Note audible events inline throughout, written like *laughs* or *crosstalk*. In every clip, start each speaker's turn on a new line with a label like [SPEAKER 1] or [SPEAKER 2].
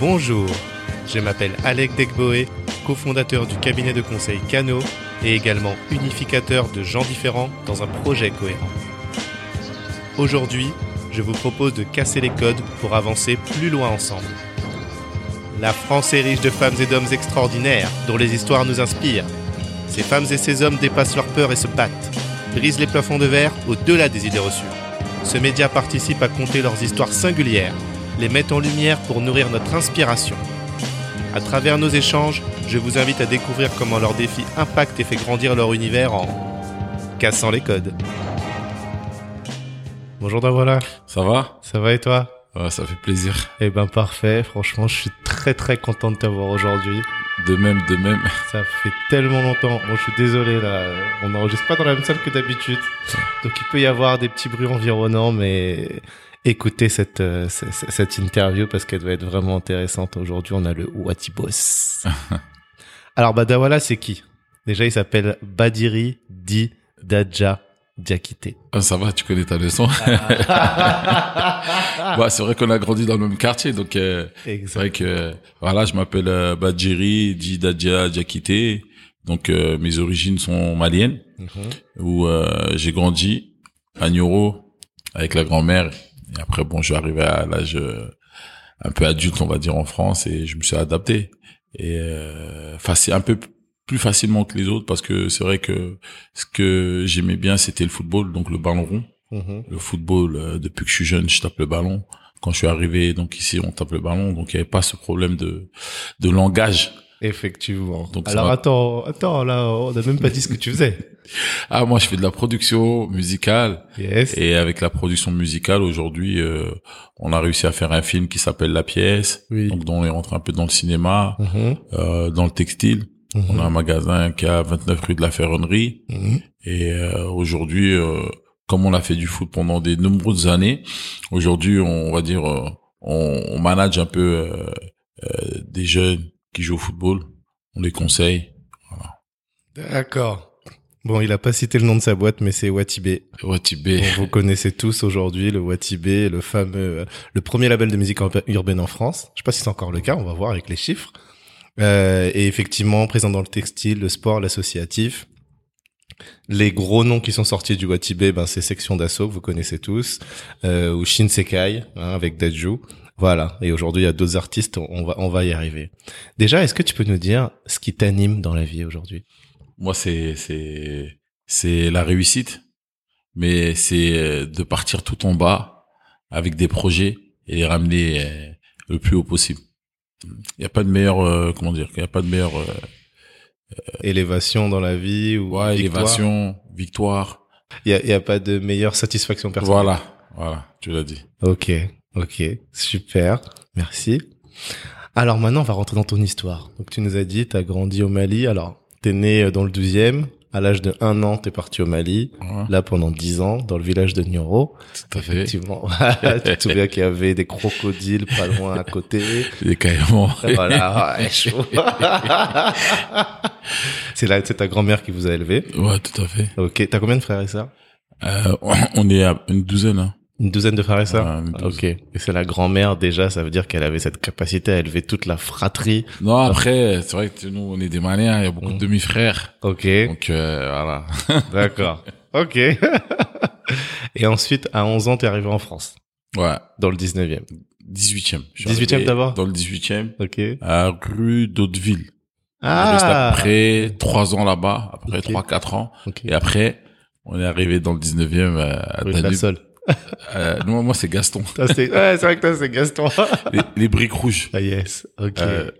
[SPEAKER 1] Bonjour, je m'appelle Alec Degboé, cofondateur du cabinet de conseil Cano et également unificateur de gens différents dans un projet cohérent. Aujourd'hui, je vous propose de casser les codes pour avancer plus loin ensemble. La France est riche de femmes et d'hommes extraordinaires dont les histoires nous inspirent. Ces femmes et ces hommes dépassent leurs peurs et se battent, brisent les plafonds de verre au-delà des idées reçues. Ce média participe à conter leurs histoires singulières, les met en lumière pour nourrir notre inspiration. À travers nos échanges, je vous invite à découvrir comment leurs défis impactent et fait grandir leur univers en cassant les codes. Bonjour Davola,
[SPEAKER 2] Ça va
[SPEAKER 1] ça va et toi
[SPEAKER 2] Ouais, Ça fait plaisir.
[SPEAKER 1] Eh ben parfait, franchement je suis très très content de t'avoir aujourd'hui.
[SPEAKER 2] De même, de même.
[SPEAKER 1] Ça fait tellement longtemps. Moi, je suis désolé, là. On n'enregistre pas dans la même salle que d'habitude. Donc, il peut y avoir des petits bruits environnants, mais écoutez cette, euh, ce- ce- cette interview parce qu'elle doit être vraiment intéressante. Aujourd'hui, on a le
[SPEAKER 2] *laughs*
[SPEAKER 1] Watibos. Alors, Badawala, c'est qui? Déjà, il s'appelle Badiri Di Dadja
[SPEAKER 2] *laughs*
[SPEAKER 1] Diakité.
[SPEAKER 2] Ah, Ça va, tu connais ta leçon. bah, c'est vrai qu'on a grandi dans le même quartier, donc euh, c'est
[SPEAKER 1] Exact.
[SPEAKER 2] vrai que euh, voilà, je m'appelle euh, Badjiri Djidadja Djakité. Donc euh, mes origines sont maliennes,
[SPEAKER 1] Mhm.
[SPEAKER 2] où euh, j'ai grandi à Nyoro avec la grand-mère. Et après, bon, je suis arrivé à l'âge euh, un peu adulte, on va dire, en France, et je me suis adapté. Et euh, faci- un peu p- plus facilement que les autres, parce que c'est vrai que ce que j'aimais bien, c'était le football, donc le ballon rond.
[SPEAKER 1] Mhm.
[SPEAKER 2] Le football, euh, depuis que je suis jeune, je tape le ballon. Quand je suis arrivé, donc ici, on tape le ballon, donc il n'y avait pas ce problème de, de langage.
[SPEAKER 1] Effectivement.
[SPEAKER 2] Donc, ça
[SPEAKER 1] Alors,
[SPEAKER 2] va.
[SPEAKER 1] attends, attends, là, on n'a même pas dit ce que tu faisais.
[SPEAKER 2] Ah, moi, je fais de la production musicale,
[SPEAKER 1] Yes.
[SPEAKER 2] Et avec la production musicale aujourd'hui, euh, on a réussi à faire un film qui s'appelle La Pièce,
[SPEAKER 1] Oui.
[SPEAKER 2] donc dont on est rentre un peu dans le cinéma,
[SPEAKER 1] Mhm.
[SPEAKER 2] euh, dans le textile. On a
[SPEAKER 1] Mhm.
[SPEAKER 2] un magasin qui est à 29 rue de la Ferronnerie.
[SPEAKER 1] Mhm.
[SPEAKER 2] Et euh, aujourd'hui, euh, comme on a fait du foot pendant des nombreuses années, aujourd'hui, on va dire, euh, on, on manage un peu euh, euh, des jeunes qui jouent au football. On les conseille.
[SPEAKER 1] D'accord. Bon, il a pas cité le nom de sa boîte, mais c'est Watibé.
[SPEAKER 2] Ouais, Tibet.
[SPEAKER 1] Bon, vous connaissez tous aujourd'hui le Watibé, le fameux, euh, le premier label de musique urba- urbaine en France. Je sais pas si c'est encore le cas, on va voir avec les chiffres. Euh, et effectivement, présent dans le textile, le sport, l'associatif. Les gros noms qui sont sortis du Watibé, ben c'est Section d'assaut que vous connaissez tous, euh, ou Shinsekai hein, avec Daju. Voilà. Et aujourd'hui, il y a d'autres artistes. On- On va, on va y arriver. Déjà, est-ce que tu peux nous dire ce qui t'anime dans la vie aujourd'hui?
[SPEAKER 2] Moi, c'est c'est c'est la réussite, mais c'est euh, de partir tout en bas avec des projets et les ramener euh, le plus haut possible. Il n'y a pas de meilleur euh, comment dire, il n'y a pas de meilleure euh,
[SPEAKER 1] élévation dans la vie ou victoire.
[SPEAKER 2] ouais, élévation, victoire.
[SPEAKER 1] Il y a, il y a pas de meilleure satisfaction personnelle.
[SPEAKER 2] Voilà, voilà, tu l'as dit.
[SPEAKER 1] Ok, ok, super, merci. Alors maintenant, on va rentrer dans ton histoire. Donc tu nous as dit, t'as grandi au Mali. Alors, t'es né euh, dans le 12e. À l'âge de un an, t'es parti au Mali.
[SPEAKER 2] Ouais,
[SPEAKER 1] Là, pendant 10 ans, dans le village de Nioro.
[SPEAKER 2] tout à fait.
[SPEAKER 1] Effectivement, *laughs* tu te souviens qu'il y avait des crocodiles pas loin à côté.
[SPEAKER 2] Les caïmans.
[SPEAKER 1] Voilà, ouais, chaud. *laughs* c'est là, c'est ta grand-mère qui vous a élevé.
[SPEAKER 2] *laughs* Ouais, tout à fait.
[SPEAKER 1] Ok, t'as combien de frères et sœurs
[SPEAKER 2] Euh, on est à une douzaine. Hein.
[SPEAKER 1] Une douzaine de frères et sœurs
[SPEAKER 2] Ouais, une douzaine.
[SPEAKER 1] Ok. Et c'est la grand-mère déjà, ça veut dire qu'elle avait cette capacité à élever toute la fratrie.
[SPEAKER 2] Non, après, c'est vrai que nous, on est des Maliens, il y a beaucoup
[SPEAKER 1] Mm.
[SPEAKER 2] de demi-frères.
[SPEAKER 1] Ok,
[SPEAKER 2] Donc, euh, voilà.
[SPEAKER 1] *laughs* d'accord. Ok. *laughs* Et ensuite, à 11 ans, t'es arrivé en France,
[SPEAKER 2] Ouais.
[SPEAKER 1] dans le 19e.
[SPEAKER 2] 18e. Je suis
[SPEAKER 1] 18e
[SPEAKER 2] arrivé
[SPEAKER 1] d'abord
[SPEAKER 2] Dans le 18e,
[SPEAKER 1] Ok.
[SPEAKER 2] à rue d'Hauteville. Juste
[SPEAKER 1] Ah
[SPEAKER 2] après 3 ans là-bas, après
[SPEAKER 1] Ok.
[SPEAKER 2] 3-4 ans.
[SPEAKER 1] Ok.
[SPEAKER 2] Et après, on est arrivé dans le 19e euh, à
[SPEAKER 1] Oui, la
[SPEAKER 2] Danube.
[SPEAKER 1] seule.
[SPEAKER 2] Euh, non, moi, c'est
[SPEAKER 1] *laughs*
[SPEAKER 2] Gaston.
[SPEAKER 1] Toi, c'est- *laughs* Ouais, c'est vrai que toi, c'est Gaston.
[SPEAKER 2] les, les briques rouges.
[SPEAKER 1] ah yes, ok.
[SPEAKER 2] Euh,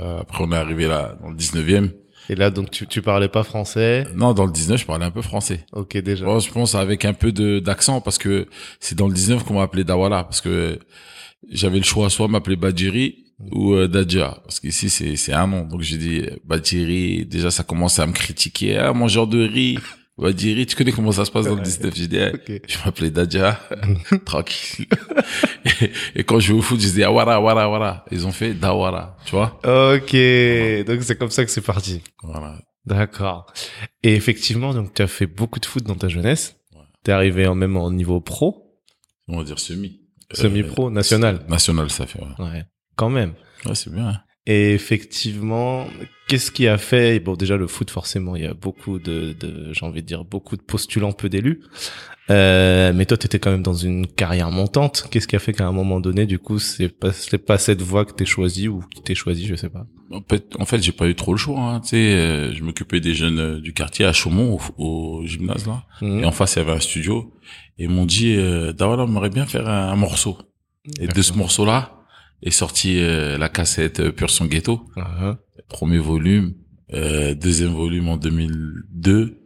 [SPEAKER 2] euh, après, on est arrivé là, dans le 19e.
[SPEAKER 1] Et là, donc, tu, tu parlais pas français.
[SPEAKER 2] Non, dans le 19, je parlais un peu français.
[SPEAKER 1] Ok, déjà.
[SPEAKER 2] Bon, je pense avec un peu de d'accent parce que c'est dans le 19 qu'on m'a appelé Dawala parce que j'avais le choix soit m'appeler Badjiri ou euh, Dadja parce qu'ici c'est c'est un nom donc j'ai dit euh, Badjiri déjà ça commençait à me critiquer ah mangeur de riz Badjiri tu connais comment ça se passe dans le 19 j'ai dit eh,
[SPEAKER 1] Ok.
[SPEAKER 2] je m'appelais Dadja tranquille et, et quand je vais au foot je dis ah, Awara Awara Awara ils ont fait Dawara tu vois
[SPEAKER 1] Ok. Donc, c'est comme ça que c'est parti.
[SPEAKER 2] voilà
[SPEAKER 1] D'accord. Et effectivement, donc tu as fait beaucoup de foot dans ta jeunesse.
[SPEAKER 2] Ouais.
[SPEAKER 1] T'es arrivé en même en niveau pro,
[SPEAKER 2] on va dire semi Euh,
[SPEAKER 1] semi-pro, national.
[SPEAKER 2] national ça fait Euh, ouais.
[SPEAKER 1] Ouais. quand même.
[SPEAKER 2] Ouais, c'est bien. hein.
[SPEAKER 1] Et effectivement, qu'est-ce qui a fait Bon, déjà le foot, forcément, il y a beaucoup de, de j'ai envie de dire, beaucoup de postulants, peu d'élus. Euh, mais toi, tu étais quand même dans une carrière montante. Qu'est-ce qui a fait qu'à un moment donné, du coup, c'est pas, c'est pas cette voie que t'es choisie ou qui t'es choisie, je sais pas.
[SPEAKER 2] En fait, en fait, j'ai pas eu trop le choix. Hein, tu sais, euh, je m'occupais des jeunes euh, du quartier à Chaumont, au, au gymnase là.
[SPEAKER 1] Mhm.
[SPEAKER 2] Et en face, il y avait un studio. Et ils m'ont dit, euh, Dawala, on aimerait bien faire un, un morceau. Et de
[SPEAKER 1] D'accord.
[SPEAKER 2] ce morceau-là est sortie euh, la cassette euh, Pur Son Ghetto,
[SPEAKER 1] Ah,
[SPEAKER 2] premier volume, euh, deuxième volume en 2002.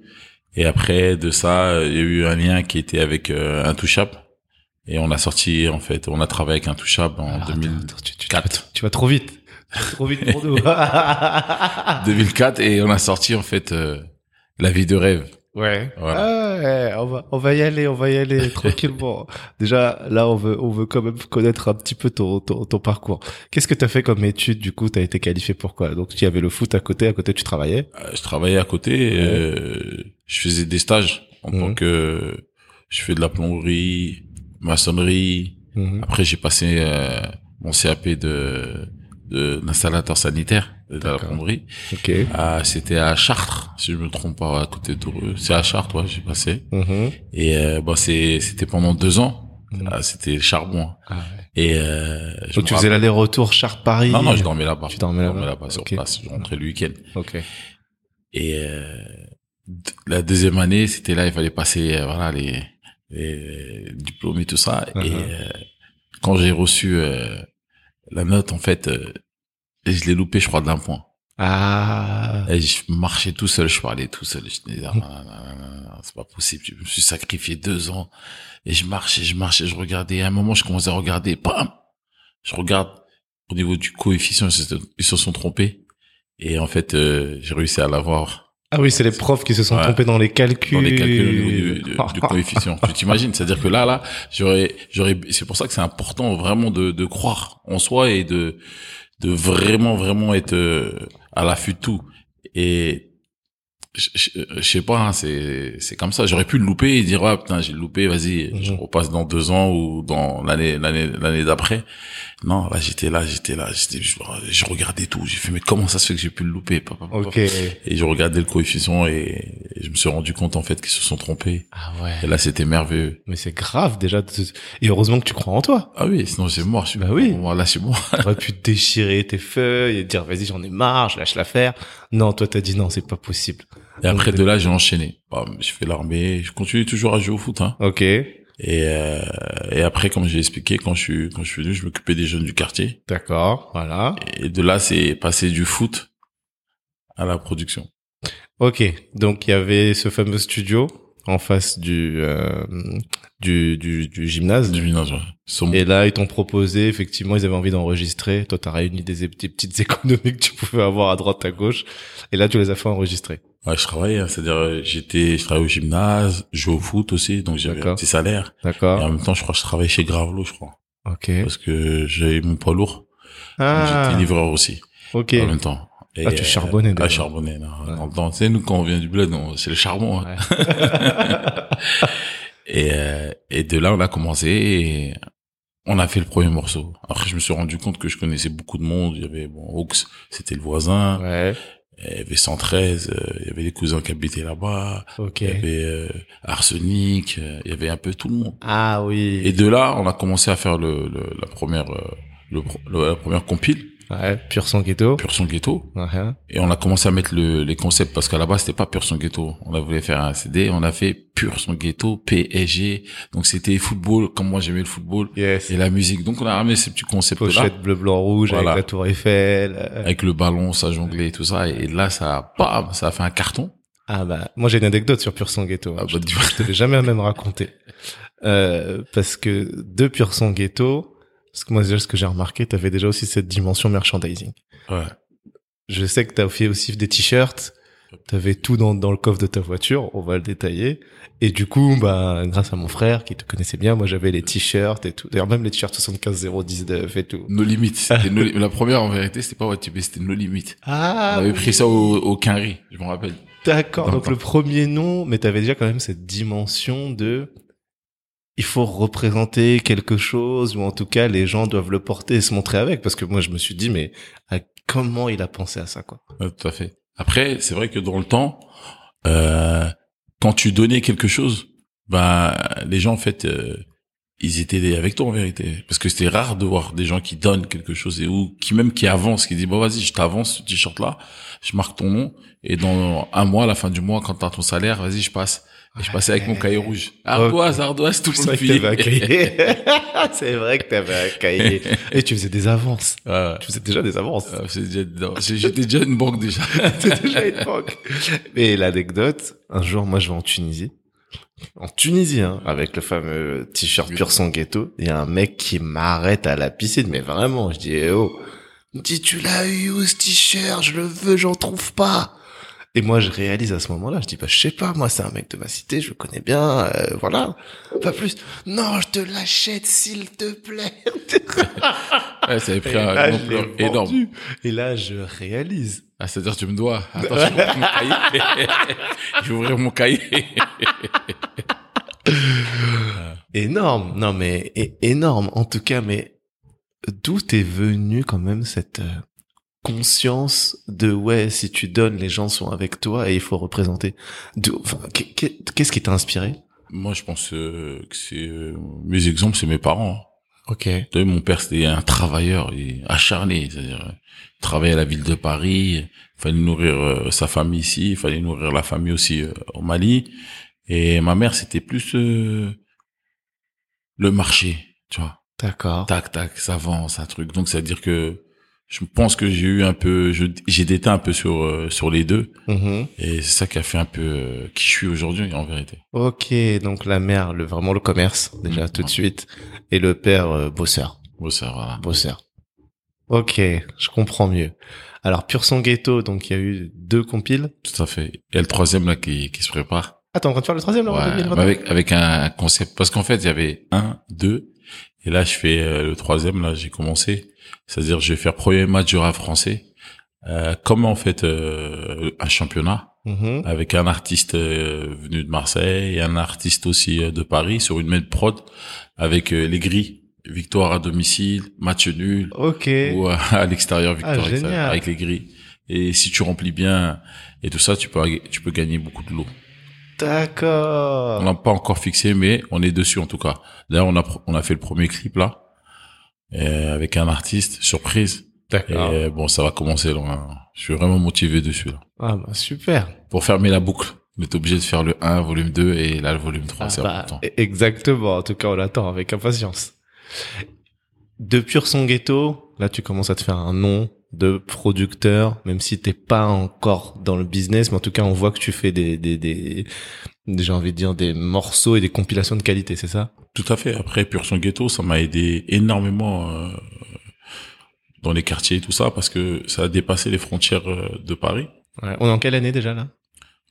[SPEAKER 2] Et après de ça, euh, il y a eu un lien qui était avec euh, Intouchable. Et on a sorti, en fait, on a travaillé avec Intouchable en
[SPEAKER 1] ah. Attends,
[SPEAKER 2] 2000
[SPEAKER 1] attends, tu, tu-
[SPEAKER 2] 2004.
[SPEAKER 1] tu vas trop vite. Tu vas *laughs* trop vite *laughs* pour nous. ouais.
[SPEAKER 2] 2004 et on a sorti en fait euh, La vie de rêve. Voilà.
[SPEAKER 1] Ah ouais, on va, on va y aller, on va y aller
[SPEAKER 2] *laughs*
[SPEAKER 1] tranquillement. Déjà, là, on veut, on veut quand même connaître un petit peu ton, ton, ton parcours. Qu'est-ce que t'as fait comme étude, du coup, t'as été qualifié pour quoi? Donc, tu y avait le foot à côté, à côté, tu travaillais.
[SPEAKER 2] Euh, Je travaillais à côté, euh, je faisais des stages en
[SPEAKER 1] Mhm.
[SPEAKER 2] tant que je fais de la plomberie, maçonnerie.
[SPEAKER 1] Mhm,
[SPEAKER 2] Après j'ai passé euh, mon CAP de de l'installateur sanitaire de la
[SPEAKER 1] D'accord.
[SPEAKER 2] plomberie.
[SPEAKER 1] Ok.
[SPEAKER 2] Ah, c'était à Chartres, si je me trompe pas, à côté de c'est à Chartres, ouais, j'ai passé.
[SPEAKER 1] Mhm.
[SPEAKER 2] Et euh, bah c'est c'était pendant deux ans.
[SPEAKER 1] Mhm.
[SPEAKER 2] Ah, c'était charbon.
[SPEAKER 1] Ah ouais.
[SPEAKER 2] Et euh, je
[SPEAKER 1] Donc, tu
[SPEAKER 2] me
[SPEAKER 1] faisais
[SPEAKER 2] rappelle-
[SPEAKER 1] l'aller-retour Chartres-Paris.
[SPEAKER 2] Non non, je dormais là-bas.
[SPEAKER 1] Tu dormais
[SPEAKER 2] Je
[SPEAKER 1] là-bas.
[SPEAKER 2] sur
[SPEAKER 1] Ok.
[SPEAKER 2] place. Je rentrais le week-end.
[SPEAKER 1] Ok.
[SPEAKER 2] Et euh, d- la deuxième année, c'était là, il fallait passer euh, voilà les, les diplômes et tout ça.
[SPEAKER 1] Mhm.
[SPEAKER 2] Et euh, quand j'ai reçu euh, la note, en fait, euh, je l'ai loupé, je crois, d'un point.
[SPEAKER 1] Ah.
[SPEAKER 2] Et je marchais tout seul, je parlais tout seul. Je disais, ah, non, non, non, non, c'est pas possible. Je me suis sacrifié deux ans. Et je marchais, je marchais, je regardais. Et à un moment, je commençais à regarder. Bam Je regarde. Au niveau du coefficient, ils se- ils se sont trompés. Et en fait, euh, j'ai réussi à l'avoir.
[SPEAKER 1] Ah oui, c'est les profs qui se sont
[SPEAKER 2] Ouais.
[SPEAKER 1] trompés dans les calculs.
[SPEAKER 2] dans les calculs au niveau du,
[SPEAKER 1] *laughs*
[SPEAKER 2] du- du coefficient. tu t'imagines C'est-à-dire que là, là, j'aurais, j'aurais. C'est pour ça que c'est important vraiment de, de croire en soi et de de vraiment, vraiment être euh, à l'affût de tout. Et je, je, je sais pas, hein, c'est c'est comme ça. J'aurais pu le louper et dire ah putain j'ai loupé, vas-y, je
[SPEAKER 1] Mhm.
[SPEAKER 2] repasse dans deux ans ou dans l'année l'année l'année d'après. Non, là j'étais là, j'étais là, j'étais, je, je regardais tout. J'ai fait mais comment ça se fait que j'ai pu le louper Pa, pa, pa, pa.
[SPEAKER 1] Ok.
[SPEAKER 2] Et je regardais le coefficient et, et je me suis rendu compte en fait qu'ils se sont trompés.
[SPEAKER 1] Ah ouais.
[SPEAKER 2] Et là, c'était merveilleux.
[SPEAKER 1] Mais c'est grave déjà. de se- Et heureusement que tu crois en toi.
[SPEAKER 2] Ah oui, sinon c'est mort. Je suis
[SPEAKER 1] Bah oui.
[SPEAKER 2] Moi, là, c'est mort.
[SPEAKER 1] T'aurais pu déchirer tes feuilles et dire vas-y j'en ai marre, je lâche l'affaire. Non, toi t'as dit non, c'est pas possible.
[SPEAKER 2] Et après de là, j'ai enchaîné. Bam, j'ai fait l'armée. Je continue toujours à jouer au foot. Hein.
[SPEAKER 1] Ok,
[SPEAKER 2] Et, euh, et après, comme j'ai expliqué, quand je suis quand je suis venu, je m'occupais des jeunes du quartier.
[SPEAKER 1] d'accord, voilà.
[SPEAKER 2] Et de là, c'est passé du foot à la production.
[SPEAKER 1] Ok, donc il y avait ce fameux studio en face du euh, du, du du gymnase.
[SPEAKER 2] Du Minas, ouais. Saumon.
[SPEAKER 1] Et là, ils t'ont proposé, effectivement, ils avaient envie d'enregistrer. Toi, t'as réuni des, des petites *laughs* économies que tu pouvais avoir à droite, à gauche. Et là, tu les as fait enregistrer.
[SPEAKER 2] Ouais, je travaillais. hein. C'est-à-dire, euh, j'étais, je travaillais au gymnase, je jouais au foot aussi, donc j'avais un
[SPEAKER 1] D'accord.
[SPEAKER 2] petit salaire. Et en
[SPEAKER 1] D'accord.
[SPEAKER 2] même temps, je crois que je travaillais chez Gravelot, je crois.
[SPEAKER 1] Ok.
[SPEAKER 2] parce que j'avais mon poids lourd.
[SPEAKER 1] Ah.
[SPEAKER 2] J'étais livreur aussi
[SPEAKER 1] Ok.
[SPEAKER 2] en même temps. Et,
[SPEAKER 1] Ah, tu charbonnais,
[SPEAKER 2] euh, Ah,
[SPEAKER 1] déjà.
[SPEAKER 2] charbonnais. Non,
[SPEAKER 1] Ouais.
[SPEAKER 2] Dans le temps, tu sais, nous quand on vient du bled, on- c'est le charbon. hein. *laughs* Et, euh, et de là, on a commencé. Et on a fait le premier morceau. Après, je me suis rendu compte que je connaissais beaucoup de monde. Il y avait bon, Hawks, c'était le voisin.
[SPEAKER 1] ouais.
[SPEAKER 2] Et Il y avait 113. euh, il y avait les cousins qui habitaient là-bas.
[SPEAKER 1] Ok.
[SPEAKER 2] Il y avait euh, Arsenic. euh, il y avait un peu tout le monde.
[SPEAKER 1] Ah oui.
[SPEAKER 2] Et de là, on a commencé à faire le, le- la première euh, le pro- le- la première compile
[SPEAKER 1] Ouais, pur sang ghetto.
[SPEAKER 2] Pur son ghetto
[SPEAKER 1] Ouais. hein.
[SPEAKER 2] et on a commencé à mettre le, les concepts parce qu'à la base c'était pas Pur son ghetto. On a voulu faire un CD, on a fait Pur son ghetto PSG. Donc c'était football comme moi j'aimais le football
[SPEAKER 1] Yes.
[SPEAKER 2] et la musique. Donc on a ramené ces petits concepts là
[SPEAKER 1] Pochette bleu, blanc, rouge
[SPEAKER 2] Voilà. Ah.
[SPEAKER 1] avec la tour Eiffel. euh.
[SPEAKER 2] avec le ballon, ça jonglait et tout ça et là ça a- bam, ça a fait un carton.
[SPEAKER 1] Ah bah, moi j'ai une anecdote sur Pur Sang Ghetto.
[SPEAKER 2] Ah,
[SPEAKER 1] hein.
[SPEAKER 2] bah, du-
[SPEAKER 1] Je te l'ai jamais même
[SPEAKER 2] *laughs*
[SPEAKER 1] raconté. Euh, parce que de Pur Sang Ghetto, parce que moi déjà ce que j'ai remarqué, t'avais déjà aussi cette dimension merchandising.
[SPEAKER 2] ouais.
[SPEAKER 1] Je sais que t'as fait aussi des t-shirts, t'avais tout dans, dans le coffre de ta voiture, on va le détailler. Et du coup, bah, grâce à mon frère qui te connaissait bien, moi j'avais les t-shirts et tout. D'ailleurs même les t-shirts 75 019 et tout.
[SPEAKER 2] Nos limites. C'était nos li- la première en vérité, c'était pas WhatsApp, c'était nos limites.
[SPEAKER 1] Ah,
[SPEAKER 2] on avait
[SPEAKER 1] oui.
[SPEAKER 2] pris ça au, au Quinry, je me rappelle.
[SPEAKER 1] D'accord.
[SPEAKER 2] Dans le
[SPEAKER 1] Donc le premier nom, mais t'avais déjà quand même cette dimension de il faut représenter quelque chose ou en tout cas les gens doivent le porter et se montrer avec parce que moi je me suis dit mais à- comment il a pensé à ça quoi
[SPEAKER 2] Ouais, tout à fait. Après, c'est vrai que dans le temps, euh, quand tu donnais quelque chose, ben les gens en fait, euh, ils étaient avec toi en vérité, parce que c'était rare de voir des gens qui donnent quelque chose et ou qui même qui avancent, qui disent bon vas-y, je t'avance ce t-shirt là, je marque ton nom et dans un mois, à la fin du mois, quand t'as ton salaire, vas-y, je passe. Et je passais avec mon cahier rouge. Ardoise, ardoise,
[SPEAKER 1] *laughs*
[SPEAKER 2] tout
[SPEAKER 1] C'est
[SPEAKER 2] le
[SPEAKER 1] vrai que
[SPEAKER 2] filet.
[SPEAKER 1] t'avais un cahier. *laughs* c'est vrai que t'avais un
[SPEAKER 2] *laughs*
[SPEAKER 1] cahier. Et tu faisais des avances.
[SPEAKER 2] Ouais, ouais.
[SPEAKER 1] Tu faisais déjà des avances.
[SPEAKER 2] Euh, c'est déjà- non, J'étais déjà une banque déjà.
[SPEAKER 1] C'était déjà une banque. Et l'anecdote, un jour, moi, je vais en Tunisie. En Tunisie, hein, avec le fameux t-shirt pur son ghetto, il y a un mec qui m'arrête à la piscine, mais vraiment, je dis, eh oh, il me dit, tu l'as eu où ce t-shirt, je le veux, j'en trouve pas. Et moi, je réalise à ce moment-là, je dis, bah, je sais pas, moi, c'est un mec de ma cité, je le connais bien, euh, voilà, pas plus. Non, je te l'achète, s'il te plaît. *laughs*
[SPEAKER 2] Ouais, ça avait pris
[SPEAKER 1] Et
[SPEAKER 2] un-
[SPEAKER 1] là,
[SPEAKER 2] une
[SPEAKER 1] je l'ai
[SPEAKER 2] ampleur
[SPEAKER 1] vendu.
[SPEAKER 2] énorme.
[SPEAKER 1] Et là, je réalise.
[SPEAKER 2] Ah, c'est-à-dire tu me dois. Attends, je vais ouvrir mon cahier. je vais ouvrir mon cahier.
[SPEAKER 1] Énorme, non mais é- énorme en tout cas, mais d'où t'es venu quand même cette euh, conscience de ouais si tu donnes les gens sont avec toi et il faut représenter. D'où- enfin, qu'est- qu'est- Qu'est-ce qui t'a inspiré
[SPEAKER 2] Moi, je pense euh, que c'est euh, mes exemples, c'est mes parents.
[SPEAKER 1] Ok.
[SPEAKER 2] T'as vu, mon père, c'était un travailleur et acharné, c'est-à-dire euh, il travaillait à la ville de Paris, il fallait nourrir euh, sa famille ici, il fallait nourrir la famille aussi euh, au Mali. Et ma mère, c'était plus euh, le marché, tu vois.
[SPEAKER 1] D'accord.
[SPEAKER 2] Tac, tac, ça vend, ça truc. Donc, c'est-à-dire que je pense que j'ai eu un peu, je- j'ai déteint un peu sur euh, sur les deux.
[SPEAKER 1] Mhm.
[SPEAKER 2] Et c'est ça qui a fait un peu euh, qui je suis aujourd'hui en vérité.
[SPEAKER 1] Ok, donc la mère, le vraiment le commerce déjà
[SPEAKER 2] Mhm.
[SPEAKER 1] tout de suite et le père euh, bosseur,
[SPEAKER 2] Bon, ça voilà.
[SPEAKER 1] bosseur. Ok, je comprends mieux. Alors pur son ghetto, donc il y a eu deux compiles.
[SPEAKER 2] Tout à fait. Et le troisième là qui, qui se prépare.
[SPEAKER 1] Attends, on va te faire le troisième là. on va
[SPEAKER 2] Ouais,
[SPEAKER 1] deviner le
[SPEAKER 2] mais avec avec un concept parce qu'en fait il y avait un, deux et là je fais euh, le troisième là j'ai commencé. C'est-à-dire je vais faire premier match du rap français. Euh, comme en fait euh, un championnat
[SPEAKER 1] Mhm.
[SPEAKER 2] avec un artiste euh, venu de Marseille et un artiste aussi euh, de Paris sur une même prod avec euh, les grilles victoire à domicile match nul
[SPEAKER 1] Ok.
[SPEAKER 2] ou à, à l'extérieur victoire
[SPEAKER 1] Ah,
[SPEAKER 2] avec, ça,
[SPEAKER 1] génial.
[SPEAKER 2] avec les grilles. Et si tu remplis bien et tout ça, tu peux tu peux gagner beaucoup de lots. On
[SPEAKER 1] D'accord.
[SPEAKER 2] l'a pas encore fixé, mais on est dessus en tout cas. D'ailleurs, on a pr- on a fait le premier clip là euh, avec un artiste surprise. Et
[SPEAKER 1] D'accord.
[SPEAKER 2] euh, bon, ça va commencer là. hein. Je suis vraiment motivé dessus là.
[SPEAKER 1] Ah bah super.
[SPEAKER 2] Pour fermer la boucle, on est obligé de faire le 1, volume 2 et là le volume 3,
[SPEAKER 1] Ah
[SPEAKER 2] c'est
[SPEAKER 1] bah,
[SPEAKER 2] important.
[SPEAKER 1] e- exactement. En tout cas, on l'attend avec impatience. De pur son ghetto, là tu commences à te faire un nom de producteur, même si t'es pas encore dans le business, mais en tout cas on voit que tu fais des, des, des, des- j'ai envie de dire des morceaux et des compilations de qualité, c'est ça
[SPEAKER 2] Tout à fait. Après, Pur Son Ghetto, ça m'a aidé énormément euh, dans les quartiers et tout ça parce que ça a dépassé les frontières euh, de Paris.
[SPEAKER 1] Ouais. On est en quelle année déjà là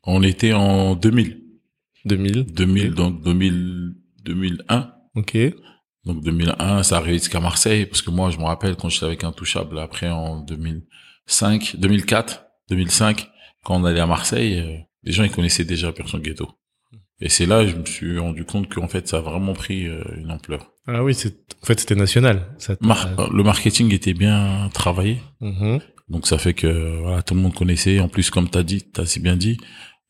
[SPEAKER 2] On était en 2000.
[SPEAKER 1] 2000.
[SPEAKER 2] 2000, donc 2000, 2001.
[SPEAKER 1] Ok.
[SPEAKER 2] Donc 2001, ça arrivait jusqu'à Marseille, parce que moi, je me rappelle quand j'étais avec Intouchable, après en 2005, 2004, 2005, quand on allait à Marseille, euh, les gens, ils connaissaient déjà Person Ghetto. Et c'est là, je me suis rendu compte qu'en fait, ça a vraiment pris euh, une ampleur.
[SPEAKER 1] Ah oui, c'est, en fait c'était national. Ça t'a-
[SPEAKER 2] Mar- le marketing était bien travaillé.
[SPEAKER 1] Mhm.
[SPEAKER 2] Donc ça fait que voilà, tout le monde connaissait. En plus, comme t'as dit, t'as si bien dit,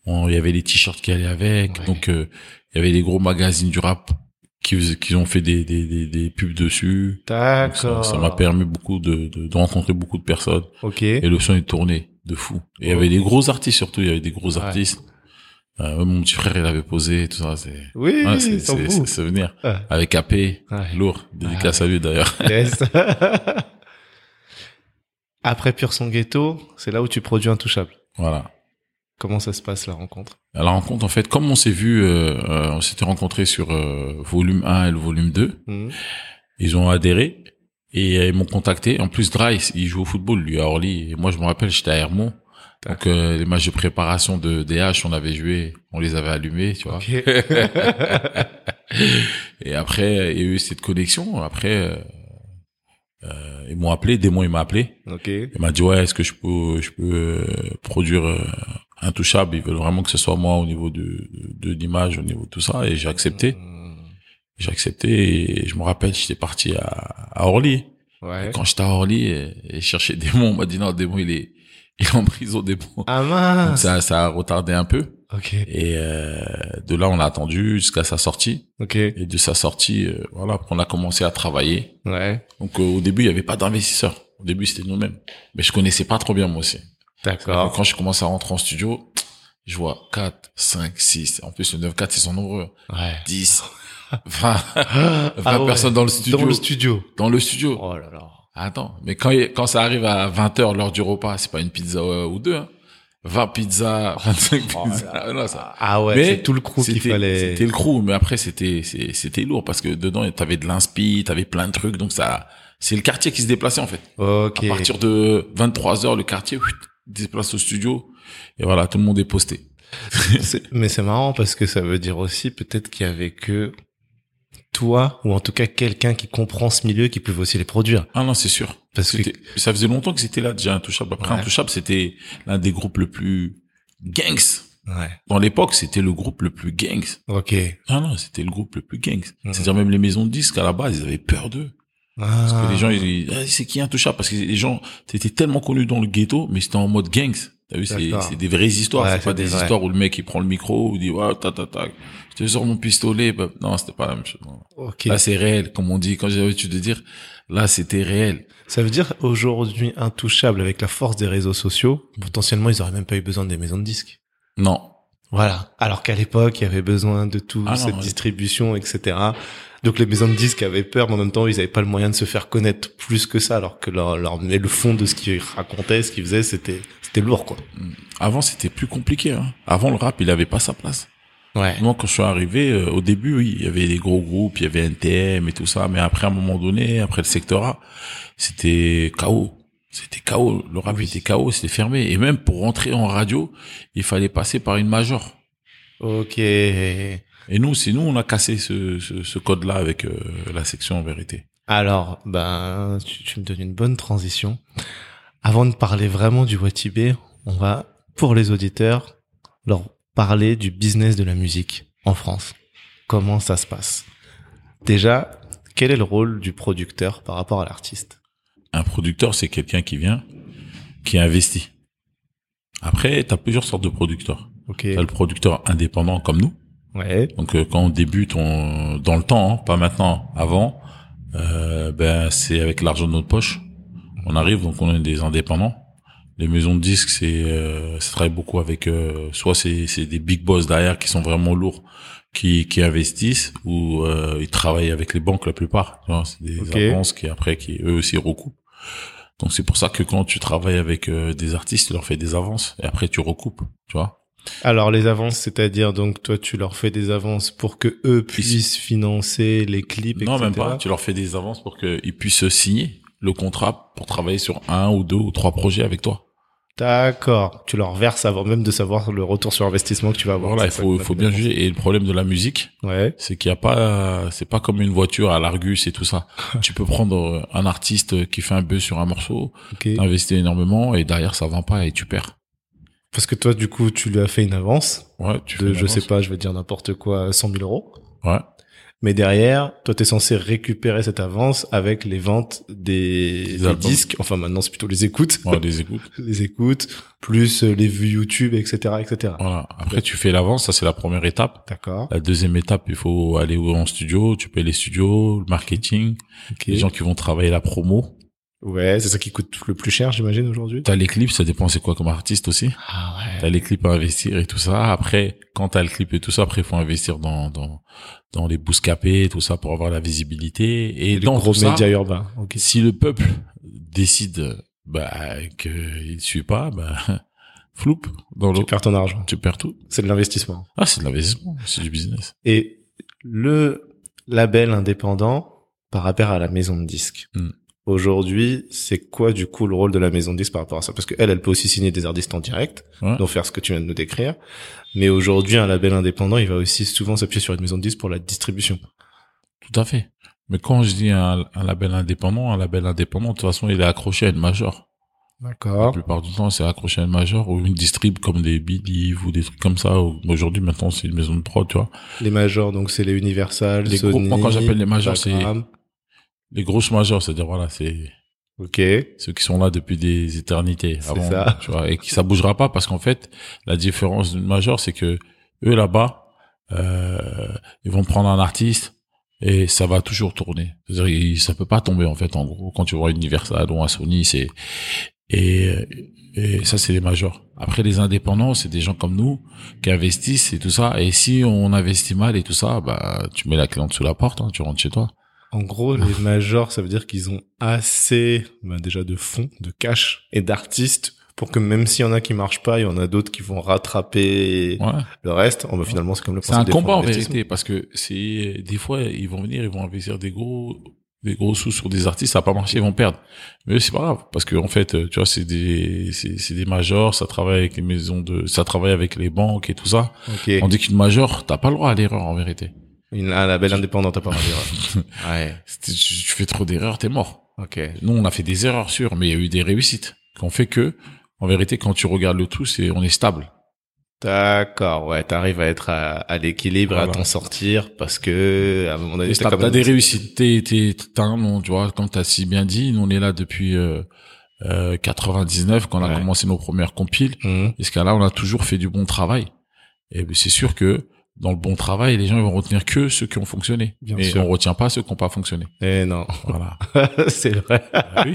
[SPEAKER 2] on- il y avait les t-shirts qui allaient avec.
[SPEAKER 1] Ouais.
[SPEAKER 2] Donc euh, il y avait les gros magazines du rap qui, faisaient- qui ont fait des, des, des, des pubs dessus. Donc,
[SPEAKER 1] D'accord.
[SPEAKER 2] ça- Ça m'a permis beaucoup de, de, de rencontrer beaucoup de personnes.
[SPEAKER 1] Ok.
[SPEAKER 2] Et le son est tourné de fou. Et il y
[SPEAKER 1] Ouais.
[SPEAKER 2] avait des gros artistes surtout. Il y avait des gros
[SPEAKER 1] Ouais.
[SPEAKER 2] artistes. Euh, même mon petit frère, il avait posé et tout ça. C'est
[SPEAKER 1] Oui, *laughs*
[SPEAKER 2] ouais, Ah, c'est-
[SPEAKER 1] sans
[SPEAKER 2] c'est-
[SPEAKER 1] vous.
[SPEAKER 2] c'est souvenir.
[SPEAKER 1] Ouais. Ah
[SPEAKER 2] Avec AP,
[SPEAKER 1] Ouais.
[SPEAKER 2] lourd. Dédicace à lui d'ailleurs.
[SPEAKER 1] Yes. *laughs* Après Pur Son Ghetto, c'est là où tu produis Intouchable.
[SPEAKER 2] voilà.
[SPEAKER 1] Comment ça se passe la rencontre
[SPEAKER 2] À la rencontre, en fait, comme on s'est vu, euh, euh, on s'était rencontrés sur euh, volume 1 et le volume 2.
[SPEAKER 1] Mhm.
[SPEAKER 2] Ils ont adhéré et euh, ils m'ont contacté. En plus, Dry, il joue au football, lui, à Orly. Et moi, je me rappelle, j'étais à Hermont. Donc, euh, les matchs de préparation de DH, on avait joué, on les avait allumés, tu vois. *laughs*
[SPEAKER 1] Ok.
[SPEAKER 2] Et après, il y a eu cette connexion. Après, euh, euh, ils m'ont appelé, Démon, il m'a appelé.
[SPEAKER 1] ok.
[SPEAKER 2] Il m'a dit ouais, est-ce que je peux, je peux euh, produire euh, Intouchable Ils veulent vraiment que ce soit moi au niveau de, de, de l'image, au niveau de tout ça, et j'ai accepté.
[SPEAKER 1] Mhm.
[SPEAKER 2] J'ai accepté et je me rappelle, j'étais parti à, à Orly.
[SPEAKER 1] Ouais.
[SPEAKER 2] Et Quand j'étais à Orly et, et cherchais Démon, on m'a dit non, Démon, il est, il est en prison, Démon.
[SPEAKER 1] Ah
[SPEAKER 2] Donc
[SPEAKER 1] mince
[SPEAKER 2] ça, ça a retardé un peu.
[SPEAKER 1] Ok,
[SPEAKER 2] Et euh, de là, on a attendu jusqu'à sa sortie.
[SPEAKER 1] ok,
[SPEAKER 2] Et de sa sortie, euh, voilà, on a commencé à travailler.
[SPEAKER 1] ouais,
[SPEAKER 2] Donc euh, au début, il n'y avait pas d'investisseurs. Au début, c'était nous-mêmes. Mais je connaissais pas trop bien moi aussi.
[SPEAKER 1] d'accord.
[SPEAKER 2] Donc, Quand je commence à rentrer en studio, je vois 4, 5, 6. En plus, le 9, 4, ils sont nombreux. *gasps*
[SPEAKER 1] Ouais. *laughs*
[SPEAKER 2] 10, 20, 20
[SPEAKER 1] Ah ouais.
[SPEAKER 2] personnes dans le studio.
[SPEAKER 1] Dans le studio.
[SPEAKER 2] studio.
[SPEAKER 1] Oh là là.
[SPEAKER 2] Attends, mais quand, il- quand ça arrive à 20h, l'heure du repas, c'est pas une pizza euh, ou deux. Hein. 20 pizzas, 25
[SPEAKER 1] Oh
[SPEAKER 2] pizzas.
[SPEAKER 1] là
[SPEAKER 2] non, ça-
[SPEAKER 1] Ah ouais,
[SPEAKER 2] Mais
[SPEAKER 1] c'est tout le crew qu'il
[SPEAKER 2] c'était-
[SPEAKER 1] fallait.
[SPEAKER 2] C'était le crew, mais après, c'était c'est- c'était lourd parce que dedans, t'avais de l'inspi, t'avais plein de trucs. Donc, ça c'est le quartier qui se déplaçait en fait.
[SPEAKER 1] Ok.
[SPEAKER 2] À partir de 23h, le quartier pff, déplace au studio. Et voilà, tout le monde est posté.
[SPEAKER 1] C'est- Mais c'est marrant parce que ça veut dire aussi peut-être qu'il y avait que toi ou en tout cas quelqu'un qui comprend ce milieu qui pouvait aussi les produire.
[SPEAKER 2] Ah non, c'est sûr.
[SPEAKER 1] Parce que
[SPEAKER 2] C'était- Ça faisait longtemps que c'était là déjà Intouchable. Après
[SPEAKER 1] Ouais.
[SPEAKER 2] Intouchable, c'était l'un des groupes le plus gangs.
[SPEAKER 1] ouais.
[SPEAKER 2] Dans l'époque, c'était le groupe le plus gangs.
[SPEAKER 1] Ok.
[SPEAKER 2] Non, Ah non, c'était le groupe le plus gangs.
[SPEAKER 1] Mhm.
[SPEAKER 2] C'est-à-dire même les maisons de disques à la base, ils avaient peur d'eux.
[SPEAKER 1] Ah.
[SPEAKER 2] Parce que les gens, ils disaient, Ah, c'est qui Intouchable Parce que les gens, c'était tellement connu dans le ghetto, mais c'était en mode gangs. T'as vu, c'est
[SPEAKER 1] D'accord.
[SPEAKER 2] c'est des vraies histoires.
[SPEAKER 1] Ouais,
[SPEAKER 2] c'est pas
[SPEAKER 1] c'est des
[SPEAKER 2] des
[SPEAKER 1] vrais.
[SPEAKER 2] histoires où le mec il prend le micro ou dit ouais, ta ta ta, je te sors mon pistolet. bah. Non, c'était pas la même chose. Non.
[SPEAKER 1] Ah, Ok.
[SPEAKER 2] Là, c'est réel, comme on dit. Quand j'avais l'habitude de dire, là, c'était réel.
[SPEAKER 1] Ça veut dire aujourd'hui intouchable avec la force des réseaux sociaux. Potentiellement, ils auraient même pas eu besoin des maisons de disques.
[SPEAKER 2] Non,
[SPEAKER 1] Voilà. Alors qu'à l'époque, il y avait besoin de tout,
[SPEAKER 2] Ah non,
[SPEAKER 1] cette
[SPEAKER 2] ouais.
[SPEAKER 1] distribution, etc. Donc les maisons de disques avaient peur, mais en même temps, ils n'avaient pas le moyen de se faire connaître plus que ça, alors que leur, leur mais le fond de ce qu'ils racontaient, ce qu'ils faisaient, c'était c'était lourd, quoi.
[SPEAKER 2] Avant, c'était plus compliqué. hein. Avant, le rap, il avait pas sa place.
[SPEAKER 1] Ouais.
[SPEAKER 2] Moi, quand je suis arrivé, euh, au début, oui, il y avait des gros groupes, il y avait NTM et tout ça. Mais après, à un moment donné, après le secteur A, c'était KO. C'était KO. Le rap était KO, c'était fermé. Et même pour rentrer en radio, il fallait passer par une major.
[SPEAKER 1] Ok.
[SPEAKER 2] Et nous, c'est nous, on a cassé ce, ce, ce code-là avec euh, la section en vérité.
[SPEAKER 1] Alors, ben, tu, tu me donnes une bonne transition. Avant de parler vraiment du Watibé, on va, pour les auditeurs, leur parler du business de la musique en France. Comment ça se passe Déjà, quel est le rôle du producteur par rapport à l'artiste
[SPEAKER 2] Un producteur, c'est quelqu'un qui vient, qui investit. Après, tu as plusieurs sortes de producteurs.
[SPEAKER 1] Ok.
[SPEAKER 2] Tu le producteur indépendant comme nous.
[SPEAKER 1] Ouais.
[SPEAKER 2] Donc euh, quand on débute, on dans le temps, hein, pas maintenant, avant, euh, ben c'est avec l'argent de notre poche. On arrive, donc on est des indépendants. Les maisons de disques, c'est euh, ça travaille beaucoup avec euh, soit c'est c'est des big boss derrière qui sont vraiment lourds, qui qui investissent ou euh, ils travaillent avec les banques la plupart. Tu vois, C'est des
[SPEAKER 1] Ok.
[SPEAKER 2] avances qui après qui eux aussi recoupent. Donc c'est pour ça que quand tu travailles avec euh, des artistes, tu leur fais des avances et après tu recoupes, tu vois.
[SPEAKER 1] Alors les avances, c'est-à-dire donc toi tu leur fais des avances pour que eux puissent financer les clips,
[SPEAKER 2] Non,
[SPEAKER 1] etc.
[SPEAKER 2] même pas. Tu leur fais des avances pour qu'ils puissent signer le contrat pour travailler sur un ou deux ou trois projets avec toi.
[SPEAKER 1] D'accord. Tu leur verses avant même de savoir le retour sur investissement que tu vas avoir.
[SPEAKER 2] Voilà, il
[SPEAKER 1] C'est ça
[SPEAKER 2] faut,
[SPEAKER 1] que
[SPEAKER 2] il faut bien juger. Et le problème de la musique,
[SPEAKER 1] Ouais.
[SPEAKER 2] c'est qu'il y a pas, c'est pas comme une voiture à l'Argus et tout ça.
[SPEAKER 1] *laughs*
[SPEAKER 2] tu peux prendre un artiste qui fait un buzz sur un morceau,
[SPEAKER 1] Ok.
[SPEAKER 2] investir énormément et derrière ça vend pas et tu perds.
[SPEAKER 1] Parce que toi, du coup, tu lui as fait une avance
[SPEAKER 2] Ouais, tu
[SPEAKER 1] de,
[SPEAKER 2] fais
[SPEAKER 1] Euh, je sais pas, je vais dire n'importe quoi, 100 000 euros.
[SPEAKER 2] Ouais.
[SPEAKER 1] Mais derrière, toi, t'es censé récupérer cette avance avec les ventes des,
[SPEAKER 2] Des
[SPEAKER 1] des
[SPEAKER 2] albums.
[SPEAKER 1] disques. Enfin, maintenant, c'est plutôt les écoutes.
[SPEAKER 2] Ouais, des écoutes.
[SPEAKER 1] *laughs* les écoutes, plus euh, les vues YouTube, etc., etc.
[SPEAKER 2] Voilà. Après, tu fais l'avance. Ça, c'est la première étape.
[SPEAKER 1] D'accord.
[SPEAKER 2] La deuxième étape, il faut aller en studio. Tu payes les studios, le marketing,
[SPEAKER 1] Ok.
[SPEAKER 2] les gens qui vont travailler la promo.
[SPEAKER 1] Ouais, c'est ça qui coûte le plus cher, j'imagine, aujourd'hui.
[SPEAKER 2] T'as les clips, ça dépend c'est quoi comme artiste aussi.
[SPEAKER 1] Ah ouais.
[SPEAKER 2] T'as les clips à investir et tout ça. Après, quand t'as le clip et tout ça, après, il faut investir dans, dans, dans les bouscapés et tout ça pour avoir la visibilité.
[SPEAKER 1] les
[SPEAKER 2] Et, dans
[SPEAKER 1] gros
[SPEAKER 2] tout ça,
[SPEAKER 1] médias urbains. Ok.
[SPEAKER 2] si le peuple décide, bah, qu'il ne suit pas, bah, *laughs* floupe dans
[SPEAKER 1] Tu
[SPEAKER 2] l'eau.
[SPEAKER 1] perds ton argent.
[SPEAKER 2] Tu perds tout.
[SPEAKER 1] C'est de l'investissement.
[SPEAKER 2] Ah, c'est de l'investissement. C'est du business.
[SPEAKER 1] Et le label indépendant par rapport à la maison de disques.
[SPEAKER 2] Hmm.
[SPEAKER 1] Aujourd'hui, c'est quoi du coup le rôle de la maison de disques par rapport à ça Parce que elle, elle peut aussi signer des artistes en direct,
[SPEAKER 2] Ouais.
[SPEAKER 1] donc faire ce que tu viens de nous décrire. Mais aujourd'hui, un label indépendant, il va aussi souvent s'appuyer sur une maison de disques pour la distribution.
[SPEAKER 2] Tout à fait. Mais quand je dis un, un label indépendant, un label indépendant, de toute façon, il est accroché à une major. La
[SPEAKER 1] D'accord.
[SPEAKER 2] plupart du temps, c'est accroché à une major ou une distrib comme des Believe ou des trucs comme ça. ou- Aujourd'hui, maintenant, c'est une maison de prod, tu vois.
[SPEAKER 1] Les majors, donc c'est les Universal,
[SPEAKER 2] Les gros-
[SPEAKER 1] Sony.
[SPEAKER 2] moi, quand j'appelle les majors, c'est-
[SPEAKER 1] Viacom.
[SPEAKER 2] Les grosses majors, c'est-à-dire, voilà, c'est
[SPEAKER 1] Ok.
[SPEAKER 2] ceux qui sont là depuis des éternités
[SPEAKER 1] C'est
[SPEAKER 2] avant,
[SPEAKER 1] ça.
[SPEAKER 2] tu vois, et qui ça bougera pas parce qu'en fait, la différence d'une major, c'est que eux là-bas, euh, ils vont prendre un artiste et ça va toujours tourner. C'est-à-dire, il- ça peut pas tomber en fait. En gros, quand tu vois Universal ou un Sony, c'est et, et ça c'est les majors. Après les indépendants, c'est des gens comme nous qui investissent et tout ça. Et si on investit mal et tout ça, bah tu mets la clé en dessous de la porte, hein, tu rentres chez toi.
[SPEAKER 1] En gros, les majors, ça veut dire qu'ils ont assez, bah, déjà de fonds, de cash et d'artistes pour que même s'il y en a qui marchent pas, il y en a d'autres qui vont rattraper
[SPEAKER 2] Ouais.
[SPEAKER 1] le reste. Oh, bah, finalement, c'est comme le
[SPEAKER 2] C'est
[SPEAKER 1] principe
[SPEAKER 2] un
[SPEAKER 1] des fonds
[SPEAKER 2] combat en
[SPEAKER 1] d'investissement.
[SPEAKER 2] vérité parce que c'est des fois ils vont venir, ils vont investir des gros des gros sous sur des artistes, ça va pas marcher, ils vont perdre. Mais c'est pas grave parce que en fait, euh, tu vois, c'est des c'est c'est des majors, ça travaille avec les maisons de ça travaille avec les banques et tout ça.
[SPEAKER 1] Ok.
[SPEAKER 2] On dit qu'une major, t'as pas le droit à l'erreur en vérité.
[SPEAKER 1] Une, un label indépendant, t'as pas
[SPEAKER 2] *laughs*
[SPEAKER 1] envie de dire. Ouais.
[SPEAKER 2] Si tu, tu fais trop d'erreurs, t'es mort.
[SPEAKER 1] Ok.
[SPEAKER 2] Nous, on a fait des erreurs sûres, mais il y a eu des réussites qu'on fait que en vérité quand tu regardes le tout, c'est on est stable.
[SPEAKER 1] D'accord. Ouais, t'arrives à être à, à l'équilibre, et à
[SPEAKER 2] Voilà.
[SPEAKER 1] t'en sortir parce que à un moment donné,
[SPEAKER 2] Ah, bah. Et
[SPEAKER 1] t'as
[SPEAKER 2] T'as
[SPEAKER 1] quand
[SPEAKER 2] t'as
[SPEAKER 1] même-
[SPEAKER 2] des réussites. T'es, t'es, t'as un nom, tu vois, comme t'as si bien dit, nous on est là depuis euh, euh, 99, quand on a
[SPEAKER 1] Ouais.
[SPEAKER 2] commencé nos premières compiles.
[SPEAKER 1] Mhm.
[SPEAKER 2] Et ce cas-là, on a toujours fait du bon travail. Et ben, c'est sûr que dans le bon travail, les gens ils vont retenir que ceux qui ont fonctionné.
[SPEAKER 1] Bien
[SPEAKER 2] Mais
[SPEAKER 1] sûr.
[SPEAKER 2] on retient pas ceux qui n'ont pas fonctionné.
[SPEAKER 1] Eh non, *laughs*
[SPEAKER 2] Voilà. *laughs*
[SPEAKER 1] c'est vrai.
[SPEAKER 2] Ah oui.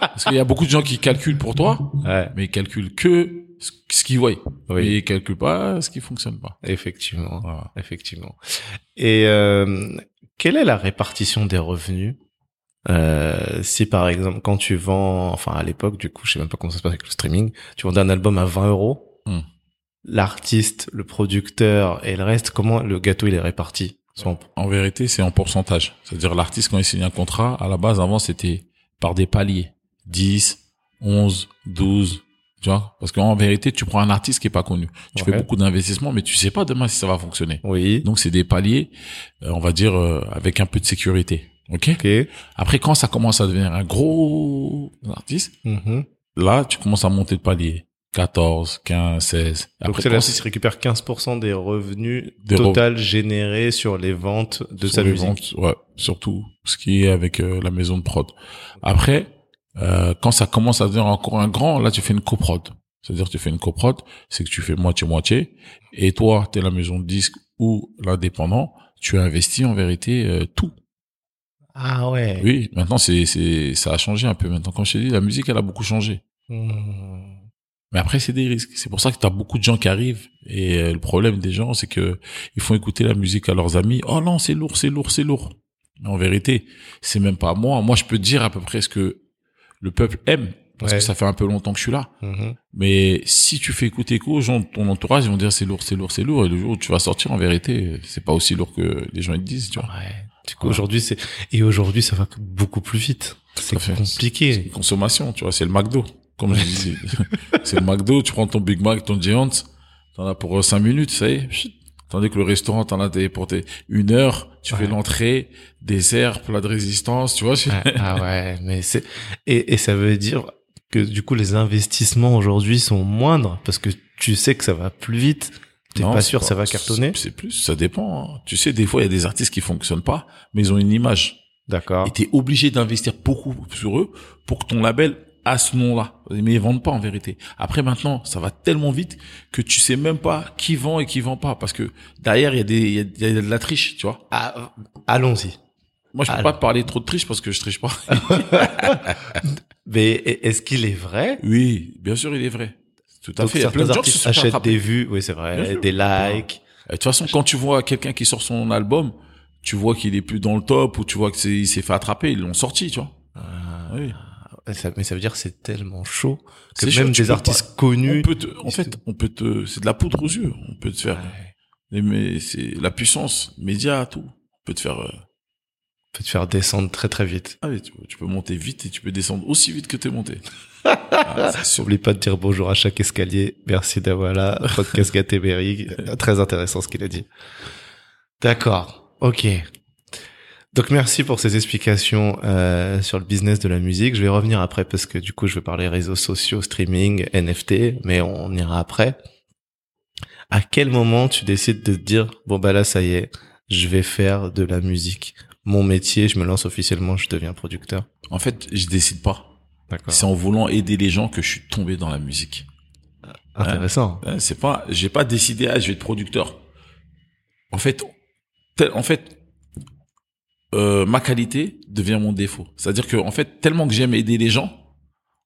[SPEAKER 2] Parce qu'il y a beaucoup de gens qui calculent pour toi,
[SPEAKER 1] Ouais,
[SPEAKER 2] mais ils calculent que ce- ce qu'ils voient.
[SPEAKER 1] Oui.
[SPEAKER 2] Mais ils calculent pas ce qui fonctionne pas.
[SPEAKER 1] effectivement,
[SPEAKER 2] Voilà.
[SPEAKER 1] effectivement. Et euh, quelle est la répartition des revenus euh, si par exemple quand tu vends, enfin à l'époque du coup, je sais même pas comment ça se passe avec le streaming, tu vendais un album à 20 euros,
[SPEAKER 2] Hmm.
[SPEAKER 1] l'artiste, le producteur et le reste, comment le gâteau il est réparti Soit en-
[SPEAKER 2] En vérité, c'est en pourcentage. C'est-à-dire l'artiste, quand il signe un contrat, à la base, avant, c'était par des paliers. 10, 11, 12, tu vois Parce qu'en vérité, tu prends un artiste qui est pas connu. Tu
[SPEAKER 1] Ouais.
[SPEAKER 2] fais beaucoup d'investissements, mais tu sais pas demain si ça va fonctionner.
[SPEAKER 1] Oui.
[SPEAKER 2] Donc, c'est des paliers, euh, on va dire, euh, avec un peu de sécurité. OK
[SPEAKER 1] Ok.
[SPEAKER 2] Après, quand ça commence à devenir un gros artiste,
[SPEAKER 1] Mhm.
[SPEAKER 2] là, tu commences à monter de palier. 14, 15, 16. Et
[SPEAKER 1] Donc
[SPEAKER 2] Après,
[SPEAKER 1] c'est là
[SPEAKER 2] quand
[SPEAKER 1] qui récupère 15% des revenus
[SPEAKER 2] Des rev-
[SPEAKER 1] total générés sur les ventes de
[SPEAKER 2] Sur
[SPEAKER 1] sa
[SPEAKER 2] les
[SPEAKER 1] musique.
[SPEAKER 2] ventes, ouais, surtout ce qui est avec euh, la maison de prod. Après, euh, quand ça commence à devenir encore un grand, là tu fais une coprod. C'est-à-dire que tu fais une coprod, c'est que tu fais moitié-moitié. Et toi, tu es la maison de disque ou l'indépendant, tu investis en vérité euh, tout.
[SPEAKER 1] Ah ouais.
[SPEAKER 2] Oui, maintenant c'est c'est ça a changé un peu. Maintenant, comme je t'ai dit, la musique elle a beaucoup changé.
[SPEAKER 1] Hmm.
[SPEAKER 2] Mais après, c'est des risques. C'est pour ça que tu as beaucoup de gens qui arrivent. Et euh, le problème des gens, c'est que ils font écouter la musique à leurs amis. Oh non, c'est lourd, c'est lourd, c'est lourd. Mais en vérité, c'est même pas à moi. Moi, je peux te dire à peu près ce que le peuple aime. Parce
[SPEAKER 1] Ouais.
[SPEAKER 2] que ça fait un peu longtemps que je suis là.
[SPEAKER 1] Mhm.
[SPEAKER 2] Mais si tu fais écouter qu'aux gens de ton entourage, ils vont dire c'est lourd, c'est lourd, c'est lourd. Et le jour où tu vas sortir, en vérité, c'est pas aussi lourd que les gens ils te disent, tu vois.
[SPEAKER 1] Ouais. Du coup,
[SPEAKER 2] Voilà.
[SPEAKER 1] aujourd'hui, c'est, et aujourd'hui, ça va beaucoup plus vite. C'est
[SPEAKER 2] à fait. C'est une
[SPEAKER 1] compliqué.
[SPEAKER 2] consommation, tu vois, c'est le McDo. Comme je disais, *laughs* c'est le McDo, tu prends ton Big Mac, ton Giant, t'en as pour 5 minutes, ça y est. chut. Tandis que le restaurant, t'en as des- pour tes- une heure, tu
[SPEAKER 1] Ouais.
[SPEAKER 2] fais l'entrée, dessert, plat de résistance, tu vois. c'est-
[SPEAKER 1] Ouais, ah ouais, mais c'est, et, et ça veut dire que, du coup, les investissements aujourd'hui sont moindres parce que tu sais que ça va plus vite. T'es
[SPEAKER 2] Non,
[SPEAKER 1] pas
[SPEAKER 2] c'est
[SPEAKER 1] sûr que ça va cartonner?
[SPEAKER 2] C'est c'est plus, ça dépend. hein. Tu sais, des fois, il y a des artistes qui fonctionnent pas, mais ils ont une image.
[SPEAKER 1] D'accord.
[SPEAKER 2] Et t'es obligé d'investir beaucoup sur eux pour que ton label a ce nom-là. Mais ils vendent pas en vérité. Après maintenant, ça va tellement vite que tu sais même pas qui vend et qui vend pas parce que derrière il y a des il y a, il y a de la triche, tu vois.
[SPEAKER 1] Ah, allons-y.
[SPEAKER 2] Moi je peux
[SPEAKER 1] Alors.
[SPEAKER 2] pas te parler trop de triche parce que je
[SPEAKER 1] *laughs*
[SPEAKER 2] triche pas.
[SPEAKER 1] Mais e- est-ce qu'il est vrai?
[SPEAKER 2] oui, bien sûr, il est vrai. Tout à
[SPEAKER 1] Donc,
[SPEAKER 2] fait. Il y a plein
[SPEAKER 1] certains
[SPEAKER 2] de gens qui se
[SPEAKER 1] artistes
[SPEAKER 2] sont fait
[SPEAKER 1] achètent
[SPEAKER 2] attraper.
[SPEAKER 1] des vues, oui, c'est
[SPEAKER 2] Bien
[SPEAKER 1] vrai,
[SPEAKER 2] sûr.
[SPEAKER 1] des likes.
[SPEAKER 2] Et De toute façon, quand tu vois quelqu'un qui sort son album, tu vois qu'il est plus dans le top ou tu vois que c'est- il s'est fait attraper, ils l'ont sorti, tu vois. Oui.
[SPEAKER 1] Ah, ça- mais ça veut dire que c'est tellement chaud que
[SPEAKER 2] C'est
[SPEAKER 1] même
[SPEAKER 2] chaud, tu
[SPEAKER 1] des
[SPEAKER 2] peux
[SPEAKER 1] artistes
[SPEAKER 2] On
[SPEAKER 1] connus.
[SPEAKER 2] peut te- en fait, on peut te, c'est de la poudre aux yeux. On peut te faire
[SPEAKER 1] Ouais.
[SPEAKER 2] Mais, mais c'est la puissance, média, tout. On peut te faire. euh,
[SPEAKER 1] peut te faire descendre très très vite.
[SPEAKER 2] ah oui, tu, tu peux monter vite et tu peux descendre aussi vite que
[SPEAKER 1] *laughs*
[SPEAKER 2] t'es monté. Ah, c'est sûr.
[SPEAKER 1] N'oublie pas de dire bonjour à chaque escalier. Merci d'avoir *laughs* là. Podcast Gatébéry. très intéressant ce qu'il a dit. D'accord. Ok. Donc merci pour ces explications euh, sur le business de la musique. Je vais revenir après parce que du coup je vais parler réseaux sociaux, streaming, NFT, mais on ira après. À quel moment tu décides de te dire bon bah là ça y est, je vais faire de la musique, mon métier, je me lance officiellement, je deviens producteur.
[SPEAKER 2] En fait, je décide pas.
[SPEAKER 1] D'accord.
[SPEAKER 2] C'est en voulant aider les gens que je suis tombé dans la musique.
[SPEAKER 1] Intéressant.
[SPEAKER 2] Hein, C'est pas, j'ai pas décidé, ah, je vais être producteur. En fait, tel- en fait, euh, ma qualité devient mon défaut. C'est-à-dire que, en fait, tellement que j'aime aider les gens,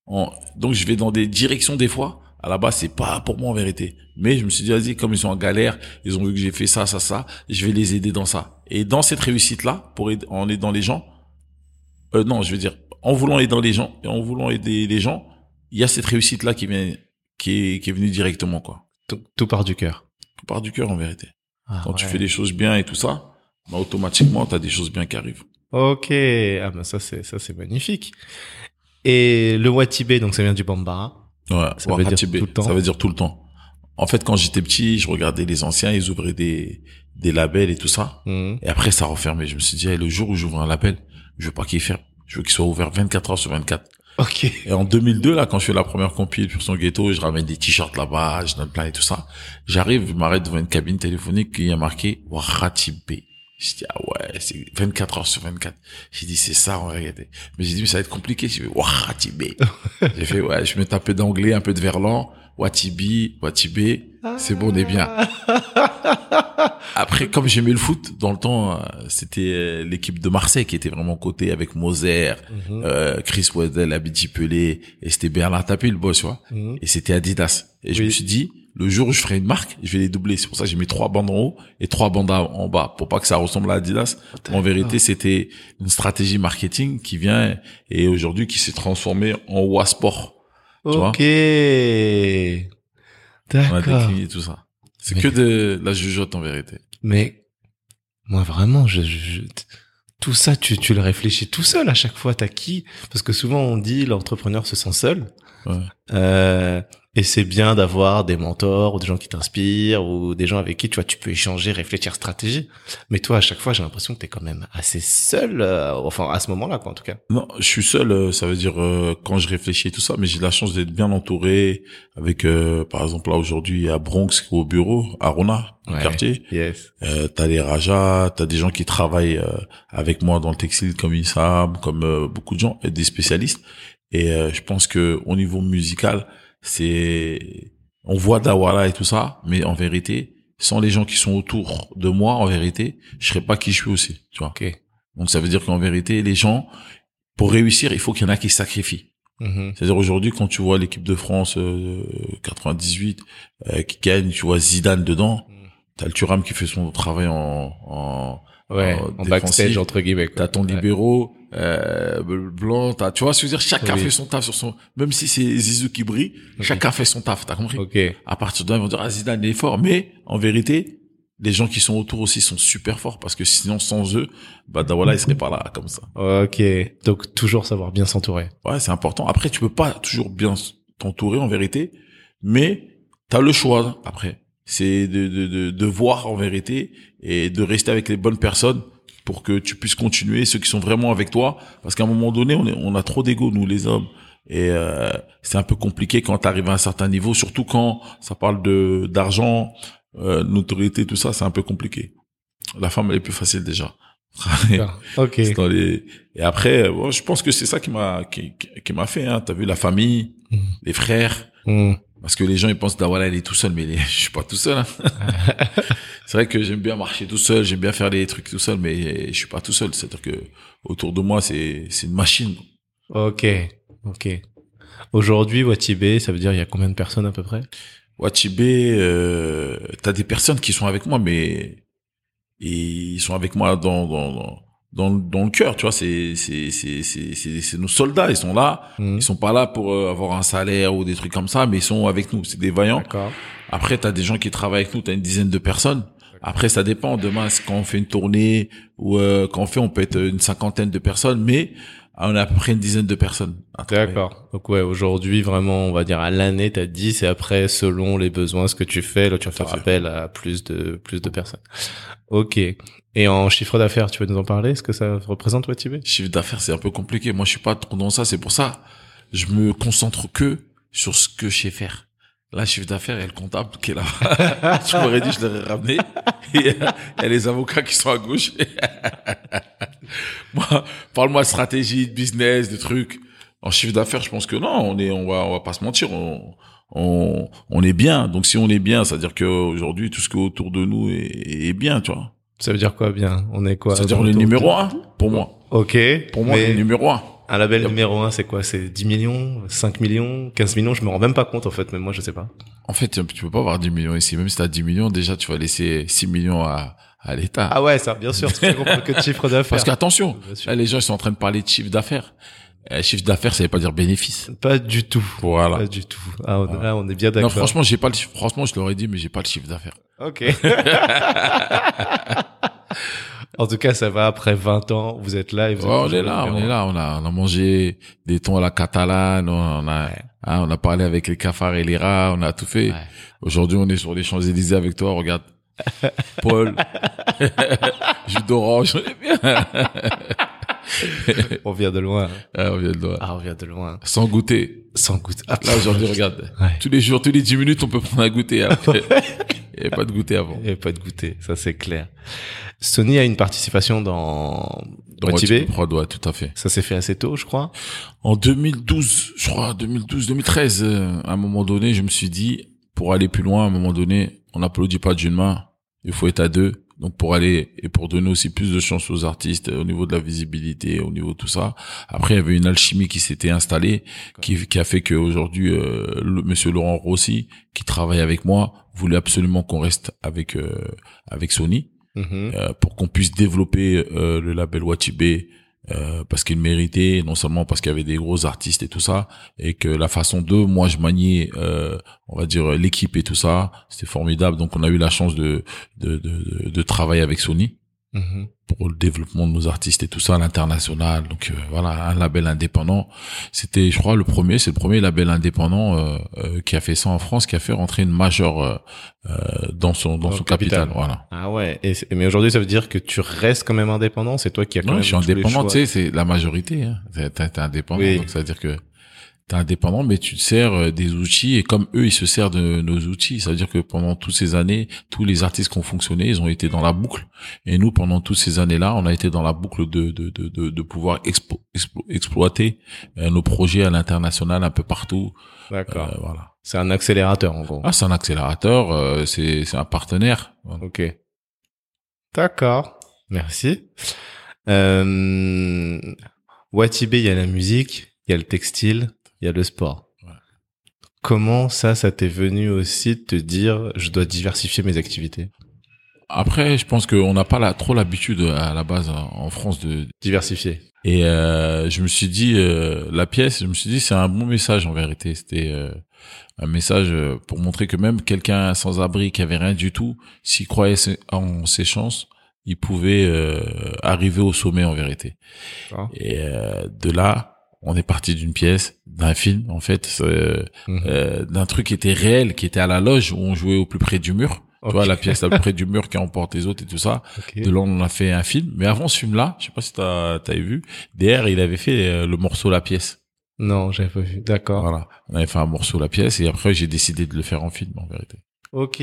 [SPEAKER 2] en- donc je vais dans des directions des fois. À la base, c'est pas pour moi en vérité. Mais je me suis dit, vas-y, comme ils sont en galère, ils ont vu que j'ai fait ça, ça, ça, je vais les aider dans ça. Et dans cette réussite-là, pour aider, en aidant les gens, euh, non, je veux dire, en voulant aider les gens, et en voulant aider les gens, il y a cette réussite-là qui vient, qui est, qui est venue directement, quoi.
[SPEAKER 1] Tout, tout part du cœur.
[SPEAKER 2] Tout part du cœur, en vérité.
[SPEAKER 1] Ah,
[SPEAKER 2] Quand tu
[SPEAKER 1] ouais.
[SPEAKER 2] fais des choses bien et tout ça, bah, automatiquement, t'as des choses bien qui arrivent.
[SPEAKER 1] Ok, ah ben ça c'est ça c'est magnifique. Et le Watibé, donc ça vient du Bambara.
[SPEAKER 2] Ouais,
[SPEAKER 1] Ça veut dire
[SPEAKER 2] Wakatibé,
[SPEAKER 1] tout le temps
[SPEAKER 2] ça veut dire tout le temps. En fait, quand j'étais petit, je regardais les anciens, ils ouvraient des, des labels et tout ça.
[SPEAKER 1] Mhm.
[SPEAKER 2] Et après, ça refermait. Je me suis dit, eh, le jour où j'ouvre un label, je veux pas qu'il ferme. Je veux qu'il soit ouvert 24 heures sur 24.
[SPEAKER 1] Ok.
[SPEAKER 2] Et en 2002, là, quand je fais la première compil sur son ghetto, je ramène des t-shirts là-bas, je donne plein et tout ça. J'arrive, je m'arrête devant une cabine téléphonique qui a marqué Waratibé. Je dis, ah ouais, c'est 24 heures sur 24. J'ai dit, c'est ça, en réalité. Mais j'ai dit, mais ça va être compliqué. J'ai dit, Waratibé. j'ai fait, ouais, je me tapais d'anglais, un peu de verlan. Watibi, Watibé. C'est bon, on est bien. Après, comme j'aimais le foot, dans le temps, euh, c'était euh, l'équipe de Marseille qui était vraiment cotée avec Moser,
[SPEAKER 1] Mhm.
[SPEAKER 2] euh, Chris Waddell, Abidi Pelé, et c'était Bernard Tapie le boss, tu vois.
[SPEAKER 1] Mhm.
[SPEAKER 2] Et c'était Adidas. Et je
[SPEAKER 1] Oui.
[SPEAKER 2] me suis dit, le jour où je ferai une marque, je vais les doubler. C'est pour ça que j'ai mis trois bandes en haut et trois bandes à- en bas pour pas que ça ressemble à Adidas. En vérité, c'était une stratégie marketing qui vient et aujourd'hui qui s'est transformée en Wasport. tu vois.
[SPEAKER 1] Ok.
[SPEAKER 2] On a
[SPEAKER 1] D'accord.
[SPEAKER 2] décliné tout ça. C'est
[SPEAKER 1] Mais-
[SPEAKER 2] que de la jugeote en vérité.
[SPEAKER 1] Mais moi vraiment, je, je- je- tout ça, tu, tu le réfléchis tout seul à chaque fois. T'as qui Parce que souvent on dit l'entrepreneur se sent seul.
[SPEAKER 2] Ouais.
[SPEAKER 1] Euh, et c'est bien d'avoir des mentors ou des gens qui t'inspirent ou des gens avec qui tu vois tu peux échanger, réfléchir stratégie. Mais toi à chaque fois j'ai l'impression que t'es quand même assez seul. euh, enfin à ce moment-là quoi en tout cas.
[SPEAKER 2] Non, je suis seul, euh, ça veut dire euh, quand je réfléchis et tout ça, mais j'ai la chance d'être bien entouré avec, euh, par exemple, là aujourd'hui à Bronx, au bureau, à Rona, au
[SPEAKER 1] Ouais.
[SPEAKER 2] quartier.
[SPEAKER 1] Yes.
[SPEAKER 2] Euh, t'as les Rajas, t'as des gens qui travaillent euh, avec moi dans le textile comme Issam, comme euh, beaucoup de gens, et des spécialistes. Et euh, je pense que au niveau musical, c'est on voit Dawala et tout ça, mais en vérité, sans les gens qui sont autour de moi, en vérité, je serais pas qui je suis aussi, tu vois.
[SPEAKER 1] Ok.
[SPEAKER 2] Donc ça veut dire qu'en vérité, les gens, pour réussir, il faut qu'il y en a qui se sacrifient.
[SPEAKER 1] Mhm.
[SPEAKER 2] C'est-à-dire aujourd'hui, quand tu vois l'équipe de France euh, 98 euh, qui gagne, tu vois Zidane dedans,
[SPEAKER 1] Mm.
[SPEAKER 2] t'as le Thuram qui fait son travail en... en
[SPEAKER 1] Ouais.
[SPEAKER 2] en
[SPEAKER 1] en
[SPEAKER 2] défensif,
[SPEAKER 1] backstage entre guillemets. quoi.
[SPEAKER 2] t'as ton
[SPEAKER 1] Ouais.
[SPEAKER 2] libéraux, euh, blanc, t'as, tu vois, ce que je veux dire, chacun
[SPEAKER 1] Oui.
[SPEAKER 2] fait son taf sur son... Même si c'est Zizou qui brille,
[SPEAKER 1] Ok.
[SPEAKER 2] chacun fait son taf, t'as compris
[SPEAKER 1] Ok.
[SPEAKER 2] à partir de là, ils vont dire, ah, Zidane il est fort. Mais, en vérité, les gens qui sont autour aussi sont super forts parce que sinon, sans eux, bah, Dawala, il serait pas là, comme ça.
[SPEAKER 1] Ok. Donc toujours savoir bien s'entourer.
[SPEAKER 2] Ouais, c'est important. Après, tu peux pas toujours bien s- t'entourer, en vérité, mais t'as le choix, après. C'est de, de, de, de voir, en vérité, et de rester avec les bonnes personnes pour que tu puisses continuer, ceux qui sont vraiment avec toi. Parce qu'à un moment donné, on, est, on a trop d'ego, nous, les hommes. Et euh, c'est un peu compliqué quand t'arrives à un certain niveau, surtout quand ça parle de d'argent, euh, notoriété, tout ça, c'est un peu compliqué. La femme, elle est plus facile déjà. *laughs*
[SPEAKER 1] Ok.
[SPEAKER 2] C'est dans les- Et après, euh, bon, je pense que c'est ça qui m'a qui, qui- qui m'a fait. Hein. T'as vu la famille,
[SPEAKER 1] Mhm.
[SPEAKER 2] les frères,
[SPEAKER 1] Mhm.
[SPEAKER 2] parce que les gens ils pensent Dawala il est tout seul, mais il est- *laughs* je suis pas tout seul. hein. c'est vrai que j'aime bien marcher tout seul, j'aime bien faire des trucs tout seul, mais euh, je suis pas tout seul. C'est-à-dire que autour de moi c'est c'est une machine.
[SPEAKER 1] Ok, ok. Aujourd'hui, Watibé, ça veut dire il y a combien de personnes à peu près
[SPEAKER 2] Watibé, euh, t'as des personnes qui sont avec moi, mais ils sont avec moi dans dans dans, dans, le- dans le cœur. Tu vois, c'est c'est c'est c'est c'est c'est nos soldats, ils sont là.
[SPEAKER 1] Hmm,
[SPEAKER 2] Ils sont pas là pour euh, avoir un salaire ou des trucs comme ça, mais ils sont avec nous. C'est des vaillants.
[SPEAKER 1] D'accord.
[SPEAKER 2] Après, t'as des gens qui travaillent avec nous. T'as une dizaine de personnes. Après, ça dépend. Demain, c'est quand on fait une tournée ou euh, quand on fait, on peut être une cinquantaine de personnes. Mais Ah, on a à peu près une dizaine de personnes. à travailler.
[SPEAKER 1] D'accord. Donc ouais, aujourd'hui vraiment, on va dire à l'année, t'as 10 et après, selon les besoins, ce que tu fais, là, tu vas
[SPEAKER 2] Tout à
[SPEAKER 1] faire
[SPEAKER 2] fait.
[SPEAKER 1] appel à plus de plus de personnes. Ok. Et en chiffre d'affaires, tu veux nous en parler Ce que ça représente, ouais, Tibet
[SPEAKER 2] Chiffre d'affaires, c'est un peu compliqué. Moi, je suis pas trop dans ça. C'est pour ça, je me concentre que sur ce que je sais faire. Là, chiffre d'affaires, il y a le comptable qui est là. *laughs* je m'aurais dit, je l'aurais ramené. *laughs* Et il y a les avocats qui sont à gauche. *laughs* Moi, parle-moi de stratégie, de business, de trucs. En chiffre d'affaires, je pense que non, on est, on va, on va pas se mentir. On, on, on est bien. Donc, si on est bien, c'est-à-dire qu'aujourd'hui, tout ce qui est autour de nous est, est bien, tu vois.
[SPEAKER 1] Ça veut dire quoi bien On est quoi
[SPEAKER 2] C'est-à-dire,
[SPEAKER 1] dans
[SPEAKER 2] on est
[SPEAKER 1] ton-
[SPEAKER 2] numéro un, pour moi.
[SPEAKER 1] Ok.
[SPEAKER 2] Pour moi, on est
[SPEAKER 1] mais
[SPEAKER 2] numéro un.
[SPEAKER 1] un label numéro un, c'est quoi C'est 10 millions, 5 millions, 15 millions Je me rends même pas compte en fait, mais moi je sais pas.
[SPEAKER 2] En fait, tu peux pas avoir 10 millions ici. Même si t'as 10 millions, déjà, tu vas laisser 6 millions à, à l'État.
[SPEAKER 1] Ah ouais, ça, bien sûr. Tu fais *laughs* comprendre que de chiffre d'affaires.
[SPEAKER 2] Parce qu'attention,
[SPEAKER 1] Bien sûr.
[SPEAKER 2] là, les gens, ils sont en train de parler de chiffre d'affaires. Euh, chiffre d'affaires, ça veut pas dire bénéfice.
[SPEAKER 1] Pas du tout.
[SPEAKER 2] Voilà.
[SPEAKER 1] Pas du tout. Ah, on-
[SPEAKER 2] Voilà.
[SPEAKER 1] là, on est bien
[SPEAKER 2] Non,
[SPEAKER 1] d'accord.
[SPEAKER 2] franchement, j'ai pas le, chiffre- franchement, je l'aurais dit, mais j'ai pas le chiffre d'affaires.
[SPEAKER 1] Ok. *laughs* en tout cas, ça va après 20 ans, vous êtes là et vous
[SPEAKER 2] Ouais,
[SPEAKER 1] êtes
[SPEAKER 2] Oh, on
[SPEAKER 1] toujours
[SPEAKER 2] est là,
[SPEAKER 1] numéro
[SPEAKER 2] on est
[SPEAKER 1] un.
[SPEAKER 2] là, on a, on a mangé des thons à la catalane, on on a, hein, on a parlé avec les cafards et les rats, on a tout fait.
[SPEAKER 1] Ouais.
[SPEAKER 2] Aujourd'hui, on est sur les Champs-Élysées avec toi, regarde.
[SPEAKER 1] *laughs*
[SPEAKER 2] Paul, *laughs* jus d'orange, on est bien.
[SPEAKER 1] On vient de loin.
[SPEAKER 2] Ah, on vient de loin.
[SPEAKER 1] Ah, on vient de loin.
[SPEAKER 2] Sans goûter.
[SPEAKER 1] Sans goûter. Ah,
[SPEAKER 2] Là, aujourd'hui,
[SPEAKER 1] *laughs*
[SPEAKER 2] regarde.
[SPEAKER 1] Ouais.
[SPEAKER 2] Tous les jours, tous les 10 minutes, on peut prendre un goûter. Après. Il n'y avait pas de goûter avant.
[SPEAKER 1] Il n'y a pas de goûter, ça c'est clair. Sony a une participation dans, dans
[SPEAKER 2] Ouais,
[SPEAKER 1] Tibet.
[SPEAKER 2] tu peux prendre, ouais, tout à fait.
[SPEAKER 1] Ça s'est fait assez tôt, je crois.
[SPEAKER 2] En 2012, je crois, 2012, 2013, euh, à un moment donné, je me suis dit, pour aller plus loin, à un moment donné, on n'applaudit pas d'une main. Il faut être à deux. Donc, pour aller et pour donner aussi plus de chance aux artistes euh, au niveau de la visibilité, au niveau de tout ça. Après, il y avait une alchimie qui s'était installée, qui, qui a fait qu'aujourd'hui, euh, le- Monsieur Laurent Rossi, qui travaille avec moi, voulait absolument qu'on reste avec euh, avec Sony.
[SPEAKER 1] Mhm.
[SPEAKER 2] euh, pour qu'on puisse développer euh, le label Watibé euh, parce qu'il méritait non seulement parce qu'il y avait des gros artistes et tout ça et que la façon de moi je maniais euh, on va dire l'équipe et tout ça c'était formidable donc on a eu la chance de de, de, de travailler avec Sony
[SPEAKER 1] Mhm.
[SPEAKER 2] pour le développement de nos artistes et tout ça à l'international donc euh, voilà un label indépendant c'était je crois le premier c'est le premier label indépendant euh, euh, qui a fait ça en France qui a fait rentrer une majeure euh, euh, dans son dans
[SPEAKER 1] Dans
[SPEAKER 2] son
[SPEAKER 1] le capital.
[SPEAKER 2] capital voilà
[SPEAKER 1] Ah ouais. Et c'est- mais aujourd'hui, ça veut dire que tu restes quand même indépendant. C'est toi qui as quand
[SPEAKER 2] Non,
[SPEAKER 1] même
[SPEAKER 2] je suis
[SPEAKER 1] tous les
[SPEAKER 2] indépendant,
[SPEAKER 1] choix.
[SPEAKER 2] tu sais, c'est la majorité. Hein. T'es- T'es t'es indépendant,
[SPEAKER 1] Oui.
[SPEAKER 2] donc ça veut dire que t'es indépendant, mais tu te sers euh, des outils et comme eux, ils se servent de nos outils. Ça veut dire que pendant toutes ces années, tous les artistes qui ont fonctionné, ils ont été dans la boucle. Et nous, pendant toutes ces années-là, on a été dans la boucle de de de de, de pouvoir expo- explo- exploiter euh, nos projets à l'international, un peu partout.
[SPEAKER 1] D'accord.
[SPEAKER 2] Euh, voilà.
[SPEAKER 1] C'est un accélérateur, en gros.
[SPEAKER 2] Ah, c'est un accélérateur, euh, c'est c'est un partenaire. Voilà.
[SPEAKER 1] Ok. D'accord. Merci. Euh, Watibé, il y a la musique, il y a le textile, il y a le sport.
[SPEAKER 2] Ouais.
[SPEAKER 1] Comment ça, ça t'est venu aussi de te dire, je dois diversifier mes activités
[SPEAKER 2] Après, je pense qu'on n'a pas la, trop l'habitude à la base en en France de,
[SPEAKER 1] Diversifier.
[SPEAKER 2] Et euh, je me suis dit, euh, la pièce, je me suis dit, c'est un bon message en vérité. C'était euh, un message euh, pour montrer que même quelqu'un sans abri, qui avait rien du tout, s'il croyait se- en ses chances, il pouvait euh, arriver au sommet en vérité.
[SPEAKER 1] D'accord.
[SPEAKER 2] Et euh, de là, on est parti d'une pièce, d'un film en fait, c'est, euh,
[SPEAKER 1] Mhm.
[SPEAKER 2] euh, d'un truc qui était réel, qui était à la loge où on jouait au plus près du mur. Tu vois,
[SPEAKER 1] Ok.
[SPEAKER 2] la pièce à peu près du mur qui emporte les autres et tout ça.
[SPEAKER 1] Ok.
[SPEAKER 2] De là, on en a fait un film. Mais avant ce film-là, je sais pas si t'as t'avais vu, DR, il avait fait euh, le morceau La Pièce.
[SPEAKER 1] Non, j'avais pas vu. D'accord.
[SPEAKER 2] Voilà. On avait fait un morceau La Pièce et après, j'ai décidé de le faire en film, en vérité.
[SPEAKER 1] Ok,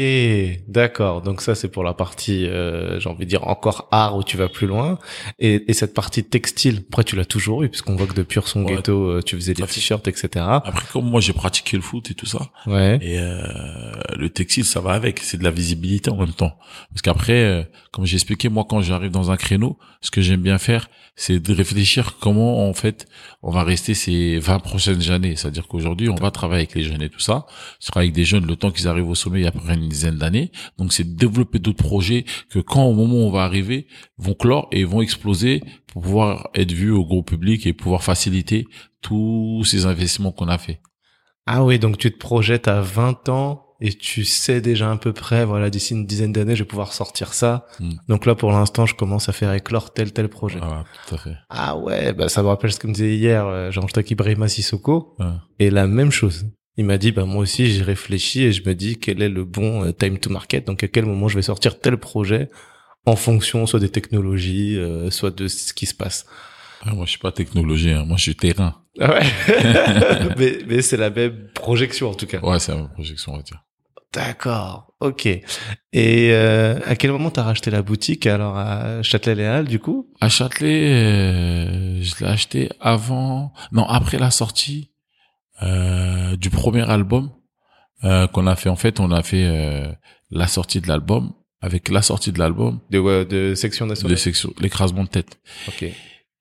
[SPEAKER 1] d'accord. Donc ça, c'est pour la partie, euh, j'ai envie de dire, encore art où tu vas plus loin. Et, et cette partie textile, après, tu l'as toujours eu, puisqu'on voit que depuis son
[SPEAKER 2] Ouais.
[SPEAKER 1] ghetto, euh, tu faisais des
[SPEAKER 2] Tout à fait.
[SPEAKER 1] t-shirts, etc.
[SPEAKER 2] Après, comme moi, j'ai pratiqué le foot et tout ça.
[SPEAKER 1] Ouais.
[SPEAKER 2] Et euh, le textile, ça va avec. C'est de la visibilité en même temps. Parce qu'après, euh, comme j'ai expliqué, moi, quand j'arrive dans un créneau, ce que j'aime bien faire, c'est de réfléchir comment, en fait, on va rester ces 20 prochaines années. C'est-à-dire qu'aujourd'hui, on va travailler avec les jeunes et tout ça. Je travaille avec des jeunes le temps qu'ils arrivent au sommet, il y a à peu près une dizaine d'années. Donc, c'est de développer d'autres projets que quand, au moment où on va arriver, vont clore et vont exploser pour pouvoir être vus au gros public et pouvoir faciliter tous ces investissements qu'on a fait.
[SPEAKER 1] Ah oui, donc tu te projettes à 20 ans et tu sais déjà à peu près, voilà, d'ici une dizaine d'années, je vais pouvoir sortir ça.
[SPEAKER 2] Mm.
[SPEAKER 1] Donc là, pour l'instant, je commence à faire éclore tel tel projet.
[SPEAKER 2] Voilà, tout à fait.
[SPEAKER 1] Ah ouais, bah ça me rappelle ce que me disait hier euh, Jean-Jacques Ibrahima Sissoko,
[SPEAKER 2] Ouais.
[SPEAKER 1] et la même chose. Il m'a dit, bah moi aussi, j'ai réfléchi et je me dis quel est le bon euh, time to market, donc à quel moment je vais sortir tel projet en fonction soit des technologies, euh, soit de ce qui se passe.
[SPEAKER 2] Ah, moi, je suis pas technologie, hein. moi, je suis terrain.
[SPEAKER 1] Ah ouais. *laughs* mais mais c'est la même projection en tout cas.
[SPEAKER 2] Ouais, c'est ma projection, on va dire.
[SPEAKER 1] D'accord, ok. Et euh, à quel moment t'as racheté la boutique alors à Châtelet-Les Halles du coup
[SPEAKER 2] À Châtelet, euh, je l'ai acheté avant, non, après la sortie euh, du premier album euh, qu'on a fait. En fait, on a fait euh, la sortie de l'album. Avec la sortie de l'album,
[SPEAKER 1] De ouais, de section
[SPEAKER 2] les
[SPEAKER 1] nationale.
[SPEAKER 2] sections- l'écrasement de tête.
[SPEAKER 1] Ok.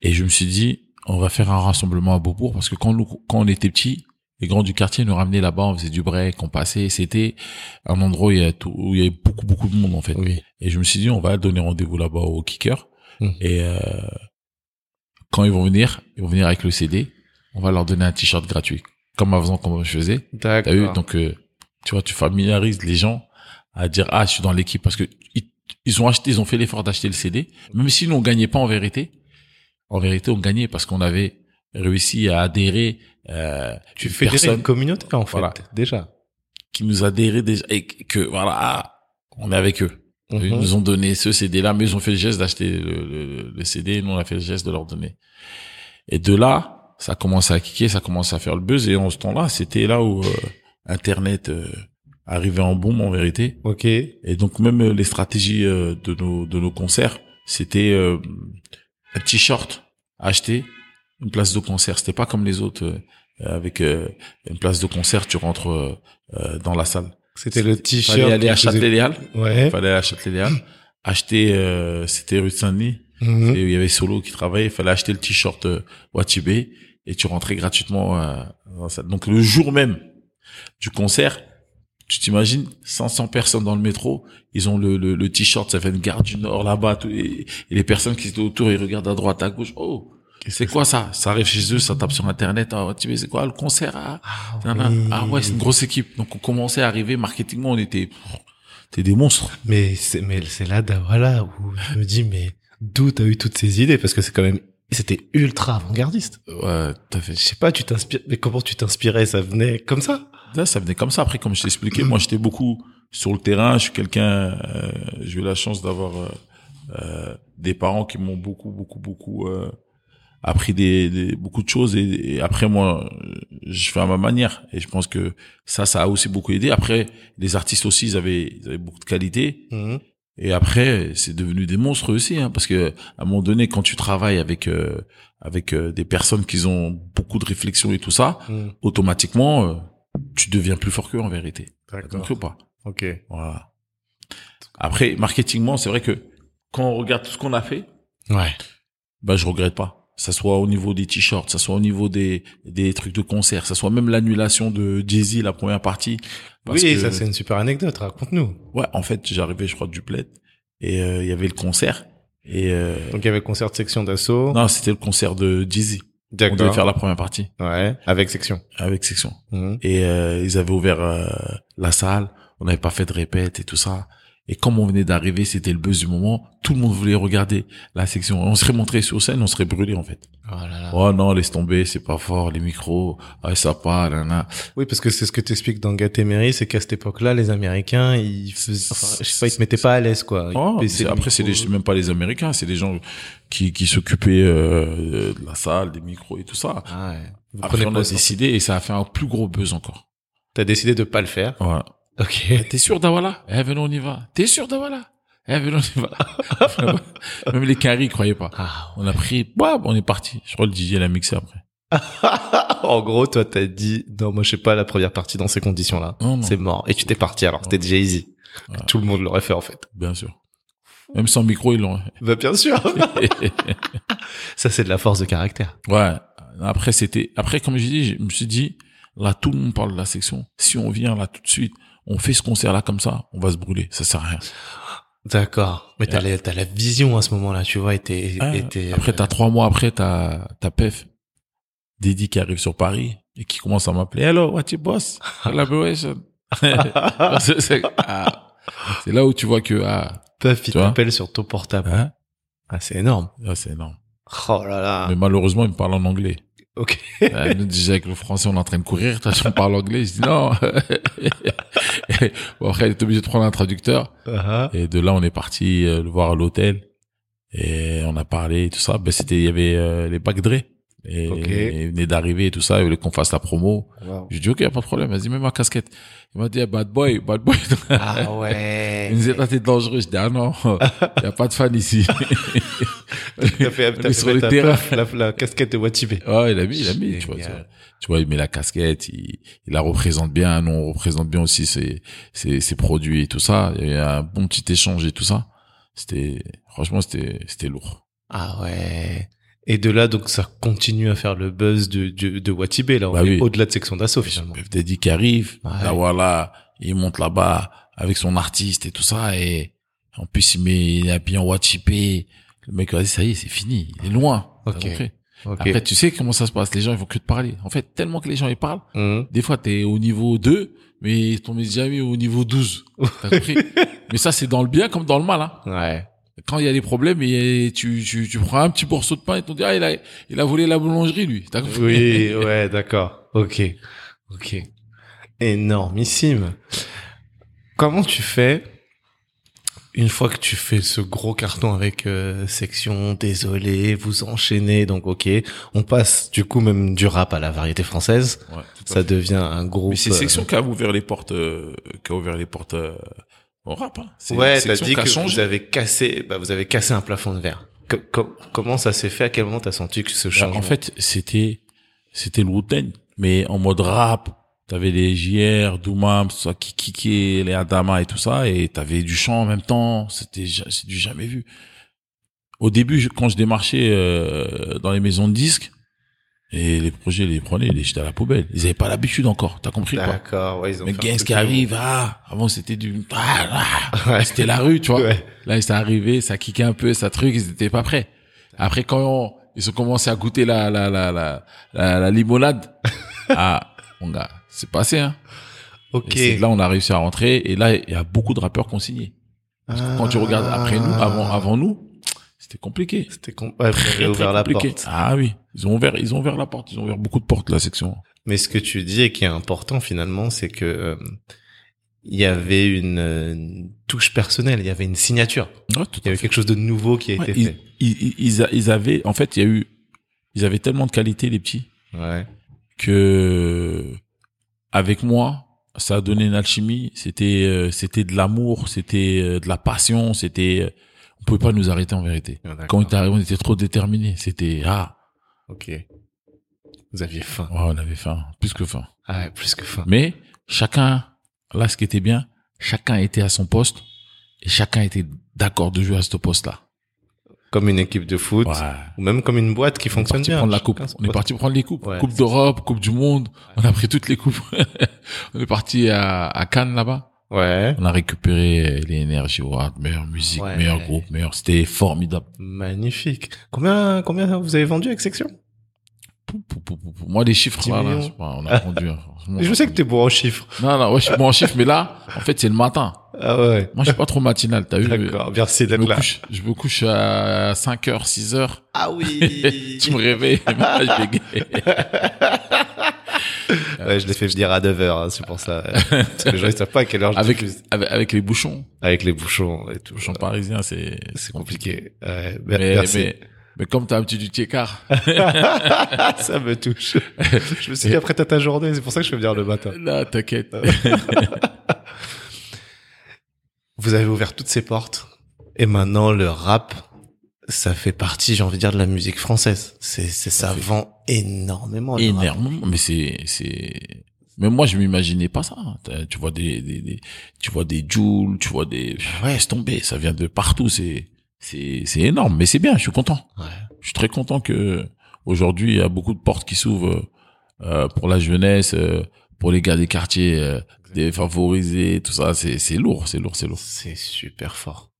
[SPEAKER 2] Et je me suis dit, on va faire un rassemblement à Beaubourg parce que quand nous, quand on était petits, les grands du quartier nous ramenaient là-bas, on faisait du break, on passait. C'était un endroit où il y a tout, où il y avait beaucoup, beaucoup de monde en fait.
[SPEAKER 1] Oui.
[SPEAKER 2] Et je me suis dit, on va donner rendez-vous là-bas au kicker.
[SPEAKER 1] Mhm.
[SPEAKER 2] Et euh, quand ils vont venir, ils vont venir avec le CD. On va leur donner un t-shirt gratuit, comme avant, comme je faisais. T'as vu
[SPEAKER 1] D'accord.
[SPEAKER 2] Donc, euh, tu vois, tu familiarises les gens à dire ah, je suis dans l'équipe parce que ils, ils ont acheté, ils ont fait l'effort d'acheter le CD, même si nous on gagnait pas en vérité. En vérité, on gagnait parce qu'on avait réussi à adhérer. Euh,
[SPEAKER 1] Tu
[SPEAKER 2] une
[SPEAKER 1] fais
[SPEAKER 2] personne
[SPEAKER 1] une communauté en fait
[SPEAKER 2] Voilà.
[SPEAKER 1] déjà.
[SPEAKER 2] qui nous adhérait déjà et que voilà, ah, on est avec eux.
[SPEAKER 1] Mhm.
[SPEAKER 2] Ils nous ont donné ce CD-là, mais ils ont fait le geste d'acheter le, le- le CD, et nous on a fait le geste de leur donner. Et de là, ça commence à kicker, ça commence à faire le buzz, et en ce temps-là, c'était là où euh, Internet euh, arrivait en bombe en vérité.
[SPEAKER 1] Ok.
[SPEAKER 2] Et donc même euh, les stratégies euh, de nos de nos concerts, c'était euh, un t-shirt acheté, une place de concert. C'était pas comme les autres. euh, avec euh, une place de concert, tu rentres euh, euh, dans la salle.
[SPEAKER 1] C'était le
[SPEAKER 2] Fallait
[SPEAKER 1] t-shirt.
[SPEAKER 2] aller à
[SPEAKER 1] qui faisait-
[SPEAKER 2] Châtelet-Les Halles.
[SPEAKER 1] Ouais.
[SPEAKER 2] Fallait aller à Châtelet-Les Halles. Acheter, euh, c'était rue de Saint-Denis.
[SPEAKER 1] Mhm.
[SPEAKER 2] Et il y avait Solo qui travaillait, il fallait acheter le t-shirt euh, Watibé et tu rentrais gratuitement euh, dans la salle. Donc le jour même du concert, tu t'imagines 500 personnes dans le métro, ils ont le, le, le t-shirt, ça fait une gare du Nord là-bas, tout- et, et les personnes qui étaient autour, ils regardent à droite, à gauche, oh, c'est quoi ça Ça arrive chez eux, ça tape sur Internet, ah, Watibé, c'est quoi le concert ah,
[SPEAKER 1] Ah,
[SPEAKER 2] nanana.
[SPEAKER 1] oui.
[SPEAKER 2] Ah ouais, c'est une grosse équipe. Donc on commençait à arriver, marketingement, on était... pff, T'es des monstres.
[SPEAKER 1] Mais c'est mais c'est là da- voilà où je me dis mais d'où t'as eu toutes ces idées parce que c'est quand même c'était ultra avant-gardiste.
[SPEAKER 2] Ouais, tout à fait.
[SPEAKER 1] Je sais pas, tu t'inspires mais comment tu t'inspirais Ça venait comme ça
[SPEAKER 2] Là, ça venait comme ça. Après, comme je t'expliquais, moi, j'étais beaucoup sur le terrain. Je suis quelqu'un. euh, j'ai eu la chance d'avoir euh, euh, des parents qui m'ont beaucoup, beaucoup, beaucoup euh, appris des, des- beaucoup de choses. Et, et après, moi, euh, je fais à ma manière. Et je pense que ça, ça a aussi beaucoup aidé. Après, les artistes aussi, ils avaient, ils avaient beaucoup de qualité.
[SPEAKER 1] Mhm.
[SPEAKER 2] Et après, c'est devenu des monstres aussi, hein, parce que à un moment donné, quand tu travailles avec euh, avec euh, des personnes qui ont beaucoup de réflexion et tout ça,
[SPEAKER 1] Mhm.
[SPEAKER 2] automatiquement, euh, tu deviens plus fort qu'eux en vérité.
[SPEAKER 1] D'accord.
[SPEAKER 2] Donc, ou pas.
[SPEAKER 1] Ok.
[SPEAKER 2] Voilà. Après, marketingement, c'est vrai que quand on regarde tout ce qu'on a fait,
[SPEAKER 1] Ouais.
[SPEAKER 2] bah, je regrette pas. Ça soit au niveau des t-shirts, ça soit au niveau des, des trucs de concert, ça soit même l'annulation de Jay-Z, la première partie. Parce
[SPEAKER 1] oui,
[SPEAKER 2] que-
[SPEAKER 1] ça c'est une super anecdote. Raconte-nous.
[SPEAKER 2] Ouais, en fait, j'arrivais, je crois, du plaid, et euh, il y avait le concert, et euh,
[SPEAKER 1] Donc il y avait concert de section d'assaut.
[SPEAKER 2] non, c'était le concert de Jay-Z. On devait faire la première partie
[SPEAKER 1] Ouais. Avec section.
[SPEAKER 2] avec section.
[SPEAKER 1] Mhm.
[SPEAKER 2] et euh, ils avaient ouvert euh, la salle, on n'avait pas fait de répète et tout ça. Et comme on venait d'arriver, c'était le buzz du moment, tout le monde voulait regarder la section. On serait montré sur scène, on serait brûlé en fait.
[SPEAKER 1] Oh là là.
[SPEAKER 2] Oh non, laisse tomber, c'est pas fort, les micros, ah ça pas, nanana.
[SPEAKER 1] Oui, parce que c'est ce que t'expliques dans Gatéméry, c'est qu'à cette époque-là, les Américains, ils faisaient, enfin, je sais pas, ils te mettaient pas à l'aise, quoi. Ils
[SPEAKER 2] Oh, mais
[SPEAKER 1] baissaient
[SPEAKER 2] c'est-
[SPEAKER 1] le
[SPEAKER 2] après, c'est
[SPEAKER 1] micro.
[SPEAKER 2] les- c'est même pas les Américains, c'est les gens qui, qui s'occupaient euh, de la salle, des micros et tout ça.
[SPEAKER 1] Ah ouais. Vous
[SPEAKER 2] Après,
[SPEAKER 1] prenez
[SPEAKER 2] on
[SPEAKER 1] pas
[SPEAKER 2] a
[SPEAKER 1] au sens.
[SPEAKER 2] décidé et ça a fait un plus gros buzz encore.
[SPEAKER 1] T'as décidé de pas le faire.
[SPEAKER 2] Voilà.
[SPEAKER 1] Ok.
[SPEAKER 2] T'es sûr d'Awala Eh, venez, on y va. T'es sûr d'Awala Eh, venez, on y va. *laughs* Même les caries, ils croyaient pas.
[SPEAKER 1] *laughs* Ah.
[SPEAKER 2] On a pris, bam, on est parti. Je crois que le DJ l'a mixé après.
[SPEAKER 1] en gros, toi, t'as dit, non, moi, je sais pas, la première partie dans ces conditions-là.
[SPEAKER 2] Non, non,
[SPEAKER 1] C'est mort. Et tu t'es parti, alors. C'était déjà easy.
[SPEAKER 2] Ouais.
[SPEAKER 1] Tout le monde l'aurait fait, en fait.
[SPEAKER 2] bien sûr. Même sans micro, ils *laughs* l'ont. hein.
[SPEAKER 1] Bah, bien sûr.
[SPEAKER 2] ouais.
[SPEAKER 1] Ça, c'est de la force de caractère.
[SPEAKER 2] Après, c'était, après, comme je dis, je me suis dit, là, tout le monde parle de la section. Si on vient là tout de suite, on fait ce concert-là comme ça, on va se brûler. Ça sert à rien.
[SPEAKER 1] D'accord. Mais t'as la, t'as la vision à ce moment-là, tu vois, et t'es,
[SPEAKER 2] Ah,
[SPEAKER 1] et t'es- euh,
[SPEAKER 2] après, t'as trois mois après, t'as, t'as PEF,
[SPEAKER 1] *laughs*
[SPEAKER 2] Didi qui arrive sur Paris et qui commence à m'appeler. Hello, what you boss? Collaboration. *laughs* c'est c'est- ah. C'est là où tu vois que ah,
[SPEAKER 1] Puff, il
[SPEAKER 2] Tu vois
[SPEAKER 1] t'appelle sur ton portable.
[SPEAKER 2] hein,
[SPEAKER 1] Ah, c'est énorme.
[SPEAKER 2] ah, c'est énorme.
[SPEAKER 1] Oh là là.
[SPEAKER 2] Mais malheureusement, il me parle en anglais.
[SPEAKER 1] Ok.
[SPEAKER 2] Euh, nous déjà avec le français, on est en train de courir. Toi, on parle anglais. Je dis non. *laughs* bon, après, il est obligé de prendre un traducteur.
[SPEAKER 1] Ah, ah.
[SPEAKER 2] Et de là, on est parti euh, le voir à l'hôtel. Et on a parlé et tout ça. Ben, c'était, il y avait euh, les bacs Dre. Et
[SPEAKER 1] Ok.
[SPEAKER 2] et il venait d'arriver et tout ça. Il voulait qu'on fasse la promo.
[SPEAKER 1] Wow.
[SPEAKER 2] J'ai dit, OK, y a pas de problème. Vas-y, mets ma casquette. Il m'a dit, eh, bad boy, bad boy.
[SPEAKER 1] *laughs*
[SPEAKER 2] *laughs*
[SPEAKER 1] Ah ouais.
[SPEAKER 2] Il nous dit, Ah, t'es dangereux. Je dis, ah non, *laughs* y a pas de fan ici. *laughs*
[SPEAKER 1] T'as fait,
[SPEAKER 2] On
[SPEAKER 1] t'as fait
[SPEAKER 2] est sur le
[SPEAKER 1] ta-
[SPEAKER 2] terrain.
[SPEAKER 1] La, la casquette de Watibé.
[SPEAKER 2] Ouais, il a mis, il a mis, tu vois, tu
[SPEAKER 1] Génial.
[SPEAKER 2] vois. Tu vois, il met la casquette, il, il la représente bien, nous on représente bien aussi ses, ses, ses produits et tout ça. Il y a eu un bon petit échange et tout ça. C'était, franchement, c'était, c'était lourd.
[SPEAKER 1] Ah ouais. Et de là, donc, ça continue à faire le buzz de, de, de Watibé, là. On
[SPEAKER 2] Bah
[SPEAKER 1] est
[SPEAKER 2] oui.
[SPEAKER 1] au-delà de section d'assaut, finalement.
[SPEAKER 2] Puff Daddy qui arrive,
[SPEAKER 1] Ouais.
[SPEAKER 2] là voilà, il monte là-bas avec son artiste et tout ça et en plus il met, il est habillé en watchipé. Le mec a dit, ça y est, c'est fini, il est loin. T'as
[SPEAKER 1] Ok.
[SPEAKER 2] compris
[SPEAKER 1] Ok.
[SPEAKER 2] Après, tu sais comment ça se passe, les gens ils vont que te parler. En fait, tellement que les gens ils parlent,
[SPEAKER 1] Hum.
[SPEAKER 2] Des fois, t'es au niveau 2, mais ton média est au niveau
[SPEAKER 1] *laughs*
[SPEAKER 2] 12. T'as compris Mais ça, c'est dans le bien comme dans le mal. Hein.
[SPEAKER 1] Ouais.
[SPEAKER 2] Quand il y a des problèmes, et tu, tu, tu prends un petit morceau de pain et t'on dit, ah, il a, il a volé la boulangerie, lui. T'as compris
[SPEAKER 1] Oui, ouais, d'accord. Ok. Ok. Énormissime. Comment tu fais une fois que tu fais ce gros carton avec euh, section, désolé, vous enchaînez, donc ok, on passe du coup même du rap à la variété française,
[SPEAKER 2] Ouais, tout à
[SPEAKER 1] ça
[SPEAKER 2] fait.
[SPEAKER 1] devient un groupe.
[SPEAKER 2] Mais c'est
[SPEAKER 1] euh,
[SPEAKER 2] Section qui a ouvert les portes, euh, qui a ouvert les portes euh, au rap. Hein. C'est
[SPEAKER 1] Ouais, t'as
[SPEAKER 2] Section
[SPEAKER 1] dit
[SPEAKER 2] qui a
[SPEAKER 1] que vous
[SPEAKER 2] changé.
[SPEAKER 1] avez cassé, bah, vous avez cassé un plafond de verre. Co- co- comment ça s'est fait À quel moment t'as senti que ce changement
[SPEAKER 2] Bah, En fait, c'était, c'était le Wu-Tang, mais en mode rap. T'avais les JR, Doumam, ça, Kiki, les Adama et tout ça, et t'avais du chant en même temps. C'était, ja- c'est du jamais vu. Au début, je- quand je démarchais euh, dans les maisons de disques, et les projets les prenaient, ils les jetaient à la poubelle. Ils avaient pas l'habitude encore. T'as compris quoi
[SPEAKER 1] d'accord, ouais, ils ont
[SPEAKER 2] Mais
[SPEAKER 1] fait un
[SPEAKER 2] Gaines
[SPEAKER 1] truc euh, de-
[SPEAKER 2] qui arrive, ah, avant c'était du, ah, ah,
[SPEAKER 1] *laughs* Ouais.
[SPEAKER 2] c'était la rue, tu vois.
[SPEAKER 1] Ouais.
[SPEAKER 2] Là, c'est arrivé, ça kickait un peu, ça truc, ils étaient pas prêts. Après, quand on- ils ont commencé à goûter la, la, la, la, la,
[SPEAKER 1] *laughs*
[SPEAKER 2] la limonade, ah, mon gars, c'est passé, hein.
[SPEAKER 1] Ok.
[SPEAKER 2] Et c'est là, on a réussi à rentrer, et là, il y a beaucoup de rappeurs consignés. Parce que quand tu regardes après
[SPEAKER 1] Ah.
[SPEAKER 2] nous, avant, avant nous, c'était compliqué.
[SPEAKER 1] C'était com- ouais, vous avez
[SPEAKER 2] Très, très
[SPEAKER 1] ouvert la
[SPEAKER 2] compliqué.
[SPEAKER 1] porte.
[SPEAKER 2] Ah oui. Ils ont ouvert, ils ont ouvert la porte, ils ont ouvert beaucoup de portes, la section.
[SPEAKER 1] Mais ce que tu dis et qui est important finalement, c'est que euh, il y avait une, euh, une touche personnelle, il y avait une signature,
[SPEAKER 2] Ouais, tout
[SPEAKER 1] il y
[SPEAKER 2] à
[SPEAKER 1] avait
[SPEAKER 2] fait.
[SPEAKER 1] quelque chose de nouveau qui a
[SPEAKER 2] Ouais,
[SPEAKER 1] été
[SPEAKER 2] ils,
[SPEAKER 1] fait.
[SPEAKER 2] ils, ils, a- ils avaient, en fait, il y a eu, ils avaient tellement de qualité, les petits,
[SPEAKER 1] Ouais.
[SPEAKER 2] que avec moi ça a donné une alchimie c'était euh, c'était de l'amour c'était euh, de la passion c'était euh, on pouvait pas nous arrêter en vérité
[SPEAKER 1] Ah, d'accord.
[SPEAKER 2] quand on était arrivé on était trop déterminés c'était ah
[SPEAKER 1] Ok. Vous aviez faim.
[SPEAKER 2] ouais, on avait faim plus que faim
[SPEAKER 1] Ah ouais, plus que faim.
[SPEAKER 2] mais chacun là ce qui était bien chacun était à son poste et chacun était d'accord de jouer à ce poste là
[SPEAKER 1] Comme une équipe de foot ou même comme une boîte qui fonctionne
[SPEAKER 2] parti
[SPEAKER 1] bien.
[SPEAKER 2] prendre la coupe.
[SPEAKER 1] Chacun son
[SPEAKER 2] On est
[SPEAKER 1] poste.
[SPEAKER 2] parti prendre les coupes.
[SPEAKER 1] Ouais,
[SPEAKER 2] coupe
[SPEAKER 1] c'est
[SPEAKER 2] d'Europe, coupe du monde. On a pris toutes les coupes. *laughs* on est parti à, à Cannes là-bas.
[SPEAKER 1] Ouais.
[SPEAKER 2] On a récupéré euh, les énergies Award, meilleure musique,
[SPEAKER 1] Ouais.
[SPEAKER 2] meilleur groupe, meilleur. C'était formidable.
[SPEAKER 1] Magnifique. Combien combien vous avez vendu avec section
[SPEAKER 2] Pou, pou, pou, pou, pou. Moi, les chiffres,
[SPEAKER 1] 10
[SPEAKER 2] là, là,
[SPEAKER 1] millions.
[SPEAKER 2] je sais pas, on a vendu. hein.
[SPEAKER 1] *laughs*
[SPEAKER 2] Franchement,
[SPEAKER 1] Je
[SPEAKER 2] on a
[SPEAKER 1] sais que t'es bon en chiffres.
[SPEAKER 2] vendu. Non, non, ouais, je suis bon en chiffres, mais là, en fait, c'est le matin.
[SPEAKER 1] Ah ouais.
[SPEAKER 2] Moi, je suis pas trop matinal, t'as vu?
[SPEAKER 1] D'accord. Merci
[SPEAKER 2] Je
[SPEAKER 1] d'être
[SPEAKER 2] me,
[SPEAKER 1] là.
[SPEAKER 2] couche, je me couche à 5h, 6h.
[SPEAKER 1] Ah
[SPEAKER 2] *laughs*
[SPEAKER 1] oui.
[SPEAKER 2] Tu me réveilles, et là, je
[SPEAKER 1] *laughs*
[SPEAKER 2] bégaye.
[SPEAKER 1] Ouais, je l'ai fait venir à 9h, c'est pour
[SPEAKER 2] *laughs*
[SPEAKER 1] ça. Parce que les gens, ils savent pas à quelle heure je
[SPEAKER 2] Avec,
[SPEAKER 1] diffuse.
[SPEAKER 2] avec, avec les bouchons.
[SPEAKER 1] Avec les bouchons et tout.
[SPEAKER 2] Les bouchons parisiens, c'est,
[SPEAKER 1] Euh, C'est compliqué. Ouais, mer-
[SPEAKER 2] Mais,
[SPEAKER 1] merci.
[SPEAKER 2] mais, mais comme t'as un petit du écart.
[SPEAKER 1] Ah, ça me
[SPEAKER 2] *laughs*
[SPEAKER 1] touche. je me suis dit, après, t'as ta journée, c'est pour ça que je fais venir le matin.
[SPEAKER 2] là,
[SPEAKER 1] Euh,
[SPEAKER 2] t'inquiète.
[SPEAKER 1] Vous avez ouvert toutes ces portes. Et maintenant, le rap, ça fait partie, j'ai envie de dire, de la musique française. C'est, c'est, ça
[SPEAKER 2] fait-
[SPEAKER 1] vend énormément. le rap.
[SPEAKER 2] énormément mais c'est c'est mais moi je m'imaginais pas ça T'as- tu vois des, des, des- tu vois des Jules tu vois des ouais c'est tombé ça vient de partout c'est c'est c'est énorme mais c'est bien je suis content
[SPEAKER 1] Ouais.
[SPEAKER 2] je suis très content que aujourd'hui il y a beaucoup de portes qui s'ouvrent euh, pour la jeunesse euh, pour les gars des quartiers euh, défavorisés tout ça c'est c'est lourd c'est lourd c'est lourd
[SPEAKER 1] C'est super fort.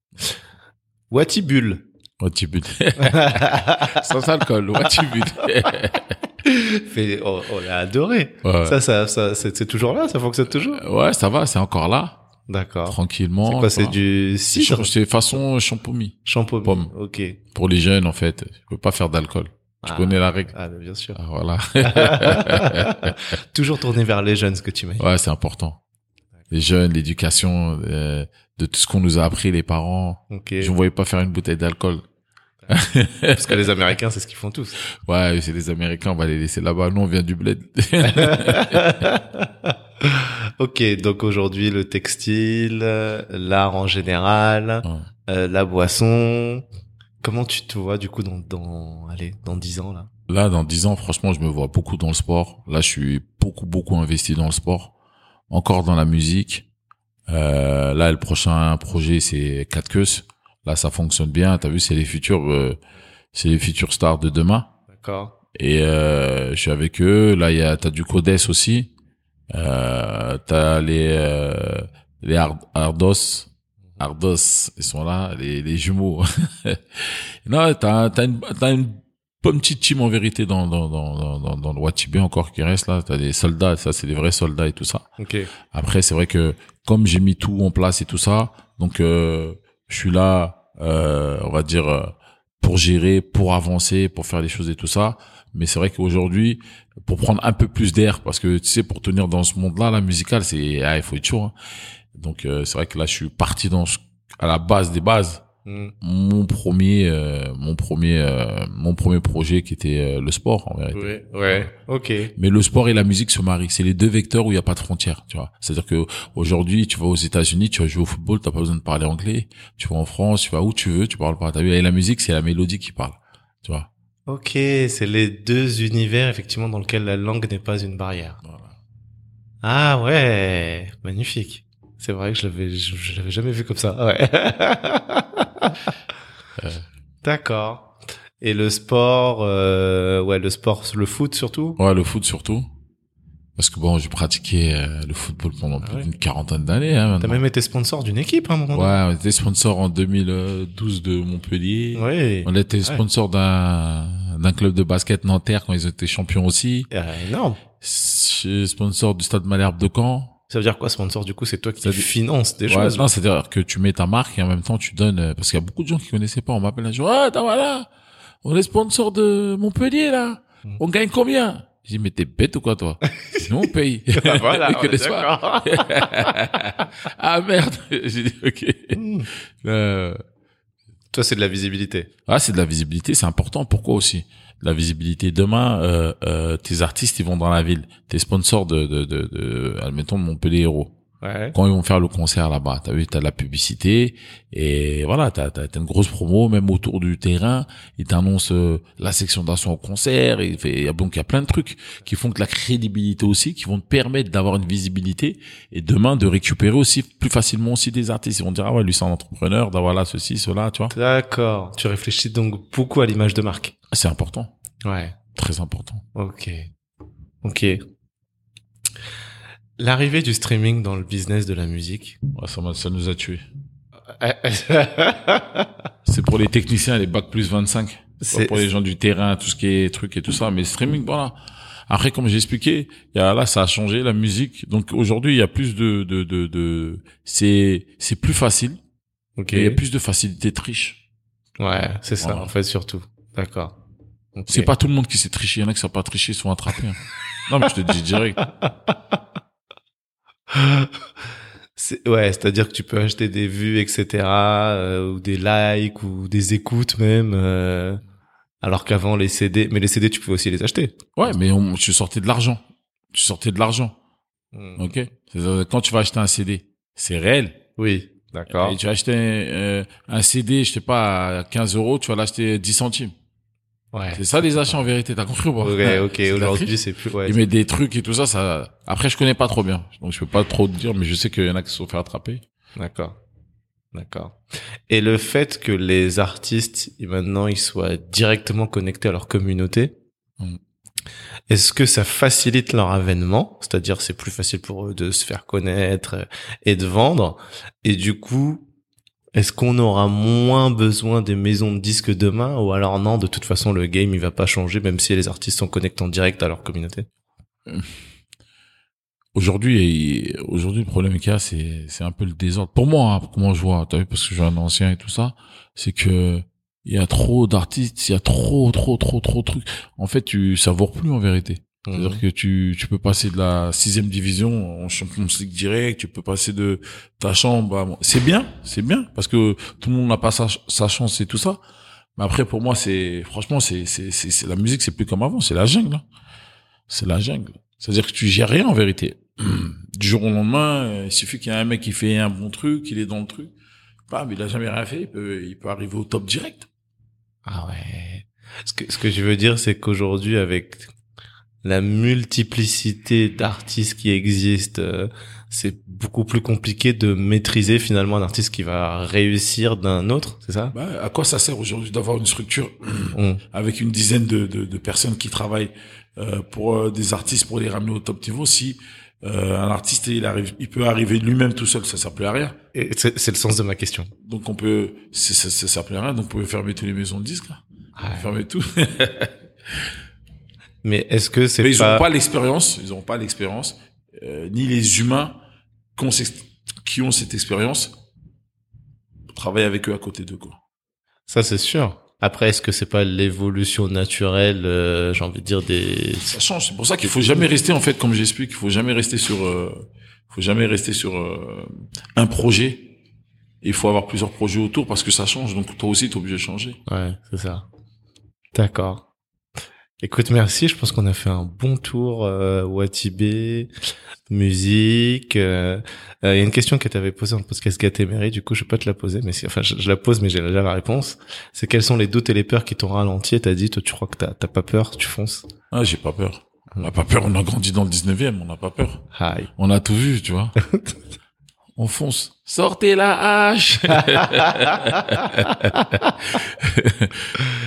[SPEAKER 1] Watibule.
[SPEAKER 2] *laughs*
[SPEAKER 1] *laughs*
[SPEAKER 2] what you but sans alcool what you but
[SPEAKER 1] Fait- on, on l'a adoré.
[SPEAKER 2] Ouais.
[SPEAKER 1] Ça, ça, ça c'est c'est toujours là, ça fonctionne toujours.
[SPEAKER 2] Ouais, ça va, c'est encore là,
[SPEAKER 1] D'accord.
[SPEAKER 2] tranquillement.
[SPEAKER 1] Ah. C'est quoi, c'est
[SPEAKER 2] tu vois.
[SPEAKER 1] du
[SPEAKER 2] C'est
[SPEAKER 1] cidre
[SPEAKER 2] champ- C'est façon champomis.
[SPEAKER 1] Champomis.
[SPEAKER 2] Pomme.
[SPEAKER 1] Ok.
[SPEAKER 2] Pour les jeunes, en fait. Tu peux pas faire d'alcool. Tu
[SPEAKER 1] Ah.
[SPEAKER 2] connais la règle.
[SPEAKER 1] Ah, mais bien sûr.
[SPEAKER 2] Ah, voilà. *laughs*
[SPEAKER 1] toujours tourné vers les jeunes, ce que tu mets.
[SPEAKER 2] ouais, c'est important. Les jeunes, l'éducation, euh, de tout ce qu'on nous a appris, les parents.
[SPEAKER 1] Ok.
[SPEAKER 2] Je ne voyais pas faire une bouteille d'alcool.
[SPEAKER 1] Parce
[SPEAKER 2] *laughs*
[SPEAKER 1] que les Américains, c'est ce qu'ils font tous.
[SPEAKER 2] Ouais, c'est les Américains, on va les laisser là-bas. Nous, on vient du bled. *laughs*
[SPEAKER 1] ok, donc aujourd'hui le textile, euh, l'art en général,
[SPEAKER 2] Ouais.
[SPEAKER 1] euh, la boisson. Comment tu te vois du coup dans dans allez dans dix ans là
[SPEAKER 2] Là, dans 10 ans, franchement, je me vois beaucoup dans le sport. Là, je suis beaucoup, beaucoup investi dans le sport. Encore dans la musique. Euh, là, le prochain projet, c'est 4 queues. Là, ça fonctionne bien. T'as vu, c'est les futurs, euh, c'est les futurs stars de demain.
[SPEAKER 1] D'accord.
[SPEAKER 2] Et euh, je suis avec eux. Là, il y a, t'as du Codes aussi. Euh, t'as les euh, les Ar- Ardos, Ardos, ils sont là, les, les jumeaux. *laughs* non, t'as t'as une t'as une bonne petite team en vérité dans dans dans dans, dans, dans le Watibé encore qui reste là. T'as des soldats, ça c'est des vrais soldats et tout ça.
[SPEAKER 1] Ok.
[SPEAKER 2] Après, c'est vrai que comme j'ai mis tout en place et tout ça, donc euh, je suis là, euh, on va dire, euh, pour gérer, pour avancer, pour faire les choses et tout ça. Mais c'est vrai qu'aujourd'hui, pour prendre un peu plus d'air, parce que tu sais, pour tenir dans ce monde-là, la musicale, c'est ah, il faut être chaud. hein. Donc euh, c'est vrai que là, je suis parti dans ce- à la base des bases.
[SPEAKER 1] Hmm.
[SPEAKER 2] Mon premier, euh, mon premier, euh, mon premier projet qui était euh, le sport en vérité.
[SPEAKER 1] Ouais. Ouais. Ok.
[SPEAKER 2] Mais le sport et la musique se marient. C'est les deux vecteurs où il n'y a pas de frontières, tu vois. C'est-à-dire que aujourd'hui, tu vas aux États-Unis, tu vas jouer au football, t'as pas besoin de parler anglais. Tu vas en France, tu vas où tu veux, tu parles pas. T'as vu, et la musique, c'est la mélodie qui parle, tu vois.
[SPEAKER 1] Ok, c'est les deux univers effectivement dans lesquels la langue n'est pas une barrière.
[SPEAKER 2] Voilà.
[SPEAKER 1] Ah ouais, magnifique. C'est vrai que je l'avais, je, je l'avais jamais vu comme ça. Ouais. *laughs* Euh, D'accord. Et le sport, euh, ouais, le sport, le foot surtout.
[SPEAKER 2] Ouais, le foot surtout. Parce que bon, j'ai pratiqué euh, le football pendant plus
[SPEAKER 1] Ah ouais.
[SPEAKER 2] d'une quarantaine d'années. Hein,
[SPEAKER 1] T'as
[SPEAKER 2] maintenant.
[SPEAKER 1] même été sponsor d'une équipe à un moment. donné.
[SPEAKER 2] Ouais, on était sponsor en 2012 de Montpellier.
[SPEAKER 1] Ouais.
[SPEAKER 2] On était sponsor d'un d'un club de basket Nanterre quand ils étaient champions aussi.
[SPEAKER 1] Euh, énorme.
[SPEAKER 2] Je suis Sponsor du stade Malherbe de Caen.
[SPEAKER 1] Ça veut dire quoi, sponsor Du coup, c'est toi qui
[SPEAKER 2] Ça veut-
[SPEAKER 1] finance des
[SPEAKER 2] Ouais,
[SPEAKER 1] choses.
[SPEAKER 2] non, c'est-à-dire que tu mets ta marque et en même temps tu donnes euh, parce qu'il y a beaucoup de gens qui connaissaient pas. On m'appelle un jour, ah t'as voilà, on est sponsor de Montpellier là,
[SPEAKER 1] Mm.
[SPEAKER 2] on gagne combien J'ai dit mais t'es bête ou quoi toi
[SPEAKER 1] *laughs*
[SPEAKER 2] Nous on paye.
[SPEAKER 1] *laughs*
[SPEAKER 2] *laughs*
[SPEAKER 1] Ah, voilà, *laughs*
[SPEAKER 2] Ils
[SPEAKER 1] on est
[SPEAKER 2] connaissent pas.
[SPEAKER 1] d'accord.
[SPEAKER 2] ah merde, *laughs* j'ai dit ok.
[SPEAKER 1] Hmm.
[SPEAKER 2] Euh,
[SPEAKER 1] Toi, c'est de la visibilité.
[SPEAKER 2] Ah, c'est de la visibilité, c'est important. Pourquoi aussi De La visibilité. Demain, euh, euh, tes artistes, ils vont dans la ville. Tes sponsors de, de, de, de admettons, de Montpellier Héros.
[SPEAKER 1] Ouais.
[SPEAKER 2] Quand ils vont faire le concert là-bas, t'as vu, t'as de la publicité et voilà, t'as as, une grosse promo même autour du terrain. Ils t'annoncent euh, la section d'assaut au concert. Et, fait- il y a- donc il y a plein de trucs qui font que la crédibilité aussi, qui vont te permettre d'avoir une visibilité et demain de récupérer aussi plus facilement aussi des artistes. Ils vont dire ah ouais, lui c'est un entrepreneur, d'avoir là ceci, cela, tu vois.
[SPEAKER 1] D'accord. Tu réfléchis donc beaucoup à l'image de marque.
[SPEAKER 2] C'est important.
[SPEAKER 1] Ouais.
[SPEAKER 2] Très important.
[SPEAKER 1] Ok. Ok. L'arrivée du streaming dans le business de la
[SPEAKER 2] *laughs*
[SPEAKER 1] musique.
[SPEAKER 2] Ouais, ça, m'a- ça nous a tués.
[SPEAKER 1] c'est
[SPEAKER 2] C'est pour les techniciens, les bacs plus 25. Pas Bah, pour les gens du terrain, tout ce qui est truc et tout ça. Mais streaming, voilà. Après, comme j'ai expliqué, il y a, là, ça a changé la musique. Donc aujourd'hui, il y a plus de, de, de, de c'est, c'est plus facile.
[SPEAKER 1] Ok.
[SPEAKER 2] Et il y a plus de facilité de triche.
[SPEAKER 1] Ouais, c'est ça,
[SPEAKER 2] Voilà.
[SPEAKER 1] en fait, surtout. D'accord. Ok.
[SPEAKER 2] C'est pas tout le monde qui sait tricher. Il y en a qui savent pas tricher, ils sont
[SPEAKER 1] *laughs*
[SPEAKER 2] attrapés. hein. non, mais je te dis direct.
[SPEAKER 1] C'est- Ouais, c'est-à-dire que tu peux acheter des vues, etc., euh, ou des likes, ou des écoutes même. euh, alors qu'avant, les CD... Mais les CD, tu pouvais aussi les acheter.
[SPEAKER 2] Ouais, mais on, tu sortais de l'argent. Tu sortais de l'argent.
[SPEAKER 1] Mm.
[SPEAKER 2] Ok? C'est-à-dire, Quand tu vas acheter un CD, c'est réel.
[SPEAKER 1] Oui, d'accord.
[SPEAKER 2] Et tu as acheté euh, un CD, je sais pas, à 15 euros, tu vas l'acheter 10 centimes. *laughs*
[SPEAKER 1] Ouais.
[SPEAKER 2] C'est ça les achats en vérité, t'as compris ou pas
[SPEAKER 1] Ouais, ok,
[SPEAKER 2] C'est de la
[SPEAKER 1] aujourd'hui,
[SPEAKER 2] triche.
[SPEAKER 1] c'est plus... Ouais,
[SPEAKER 2] Et mais des trucs et tout ça, ça. Après, je connais pas trop bien, donc je peux pas trop te dire, mais je sais qu'il y en a qui se sont fait attraper.
[SPEAKER 1] D'accord. D'accord. Et le fait que les artistes, et maintenant, ils soient directement connectés à leur communauté,
[SPEAKER 2] Mm.
[SPEAKER 1] est-ce que ça facilite leur avènement C'est-à-dire, c'est plus facile pour eux de se faire connaître euh, et de vendre. Et du coup, Est-ce qu'on aura moins besoin des maisons de disques demain ou alors non, de toute façon le game il va pas changer même si les artistes sont connectés en direct à leur communauté
[SPEAKER 2] Aujourd'hui, et- aujourd'hui, le problème qu'il y a, c'est, c'est un peu le désordre. Pour moi, hein, comment je vois, t'as vu, parce que je suis un ancien et tout ça, c'est que il y a trop d'artistes, il y a trop, trop, trop, trop de trucs. En fait, tu savoures plus en vérité.
[SPEAKER 1] Mhm.
[SPEAKER 2] C'est-à-dire que tu, tu peux passer de la sixième division en champion league direct, tu peux passer de ta chambre à... C'est bien, c'est bien, parce que tout le monde n'a pas sa, sa chance et tout ça. Mais après, pour moi, c'est, franchement, c'est, c'est, c'est, c'est- la musique, c'est plus comme avant, c'est la jungle. hein. C'est la jungle. C'est-à-dire que tu gères rien en vérité. *clears throat* Du jour au lendemain, euh, il suffit qu'il y ait un mec qui fait un bon truc, il est dans le truc. Bam, il a jamais rien fait, il peut, il peut arriver au top direct.
[SPEAKER 1] Ah ouais. Ce que, ce que je veux dire, c'est qu'aujourd'hui, avec la multiplicité d'artistes qui existent, euh, c'est beaucoup plus compliqué de maîtriser finalement un artiste qui va réussir d'un autre, c'est ça
[SPEAKER 2] Bah, à quoi ça sert aujourd'hui d'avoir une structure *clears throat*
[SPEAKER 1] On-
[SPEAKER 2] avec une dizaine de, de, de personnes qui travaillent euh, pour euh, des artistes pour les ramener au top niveau si euh, un artiste il arrive il peut arriver lui-même tout seul ça sert plus à rien
[SPEAKER 1] et C'est c'est le sens de ma question.
[SPEAKER 2] donc on peut c'est- ça, ça sert plus à rien donc vous pouvez fermer toutes les maisons de disques là. fermer tout
[SPEAKER 1] Ah Mais est-ce que c'est
[SPEAKER 2] mais ils n'ont
[SPEAKER 1] pas...
[SPEAKER 2] pas l'expérience ils n'ont pas l'expérience euh, ni les humains qui ont, cette- qui ont cette expérience travaillent avec eux à côté d'eux quoi
[SPEAKER 1] Ça, c'est sûr. Après, est-ce que c'est pas l'évolution naturelle, euh, j'ai envie de dire, des...
[SPEAKER 2] ça change. C'est pour ça qu'il faut jamais rester en fait, comme j'explique, il faut jamais rester sur, euh, faut jamais rester sur euh, un projet. Il faut avoir plusieurs projets autour parce que ça change. Donc toi aussi, t'es obligé de changer.
[SPEAKER 1] Ouais, c'est ça. D'accord. Écoute, merci. Je pense qu'on a fait un bon tour euh, Watibé, musique. euh, euh, Il y a une question que t'avais posée en podcast Gatéméry. Du coup, je vais pas te la poser, mais si, enfin, je, je la pose, mais j'ai déjà la réponse. C'est quels sont les doutes et les peurs qui t'ont ralenti Et T'as dit, toi, tu crois que t'as t'as pas peur, tu fonces.
[SPEAKER 2] Ah, j'ai pas peur. On n'a pas peur. On a grandi dans le 19e. On n'a pas peur.
[SPEAKER 1] Aïe.
[SPEAKER 2] On a tout vu, tu vois. on fonce. Sortez la hache. *laughs*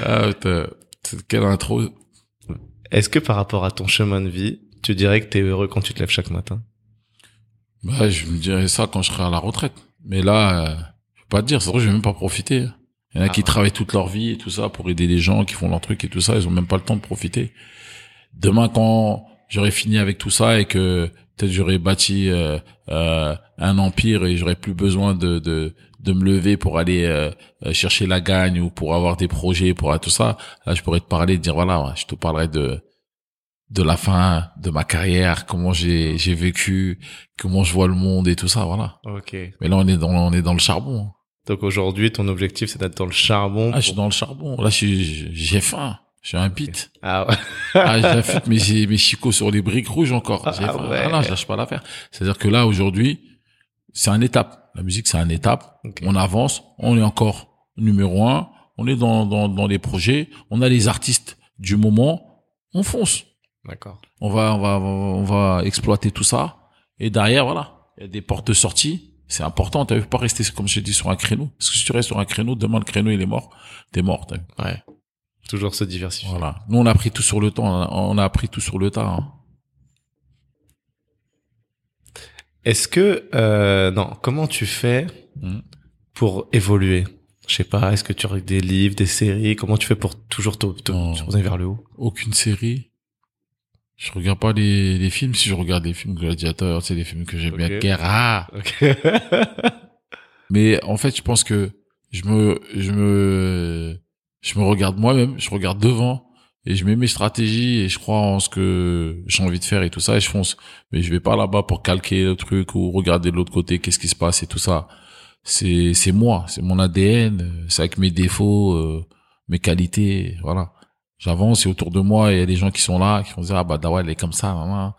[SPEAKER 2] ah, putain. Quelle intro.
[SPEAKER 1] *laughs* Est-ce que par rapport à ton chemin de vie, tu dirais que t'es heureux quand tu te lèves chaque matin
[SPEAKER 2] Bah, je me dirais ça quand je serai à la retraite. Mais là, euh, je peux pas te dire, c'est vrai, je vais même pas profiter. Il y en a
[SPEAKER 1] Ah
[SPEAKER 2] qui
[SPEAKER 1] ouais.
[SPEAKER 2] travaillent toute leur vie et tout ça pour aider les gens qui font leur truc et tout ça, ils ont même pas le temps de profiter. Demain, quand j'aurai fini avec tout ça et que peut-être j'aurai bâti euh, euh, un empire et j'aurai plus besoin de, de de me lever pour aller euh, euh, chercher la gagne ou pour avoir des projets pour euh, tout ça, là je pourrais te parler, te dire voilà, ouais, je te parlerai de de la fin de ma carrière, comment j'ai j'ai vécu, comment je vois le monde et tout ça, voilà.
[SPEAKER 1] Ok.
[SPEAKER 2] Mais là on est dans on est dans le charbon.
[SPEAKER 1] Donc aujourd'hui, ton objectif, c'est d'être dans le charbon.
[SPEAKER 2] Ah, je suis
[SPEAKER 1] pour-
[SPEAKER 2] dans le charbon. Là, je suis- j'ai faim. J'ai un pit.
[SPEAKER 1] Ah ouais. *laughs*
[SPEAKER 2] Ah, j'affûte mes, j'ai mes chicots sur les briques rouges encore. J'ai
[SPEAKER 1] Ah
[SPEAKER 2] faim.
[SPEAKER 1] ouais.
[SPEAKER 2] Ah non, je lâche pas l'affaire. C'est-à-dire que là, aujourd'hui, c'est un étape. La musique, c'est un étape.
[SPEAKER 1] Ok.
[SPEAKER 2] On avance. On est encore numéro un. On est dans, dans, dans les projets. On a les artistes du moment. On fonce.
[SPEAKER 1] D'accord.
[SPEAKER 2] On va, on va, on va exploiter tout ça. Et derrière, voilà. Il y a des portes de sortie. C'est important. T'as vu pas rester, comme je t'ai dit, sur un créneau. Parce que si tu restes sur un créneau, demain, le créneau, il est mort. T'es mort. t'as vu.
[SPEAKER 1] Ouais. Toujours se diversifier.
[SPEAKER 2] Voilà. Nous, on a appris tout sur le temps. On a- On a appris tout sur le tas. hein.
[SPEAKER 1] Est-ce que euh, non, comment tu fais
[SPEAKER 2] Hmm.
[SPEAKER 1] pour évoluer Je sais pas, est-ce que tu regardes des livres, des séries, comment tu fais pour toujours te, te,
[SPEAKER 2] Non.
[SPEAKER 1] te tourner vers le haut
[SPEAKER 2] Aucune série. Je regarde pas les, les films. Si je regarde les films Gladiator, c'est des films que j'aime bien.
[SPEAKER 1] Ok.
[SPEAKER 2] Guerre. Ah Mais en fait, je pense que je me, je me, je me regarde moi-même, je regarde devant et je mets mes stratégies et je crois en ce que j'ai envie de faire et tout ça et je fonce. Mais je vais pas là-bas pour calquer le truc ou regarder de l'autre côté qu'est-ce qui se passe et tout ça. C'est, c'est moi, c'est mon ADN, euh, c'est avec mes défauts, euh, mes qualités, voilà. J'avance et autour de moi il y a des gens qui sont là qui vont dire ah bah Dawa elle est comme ça maman.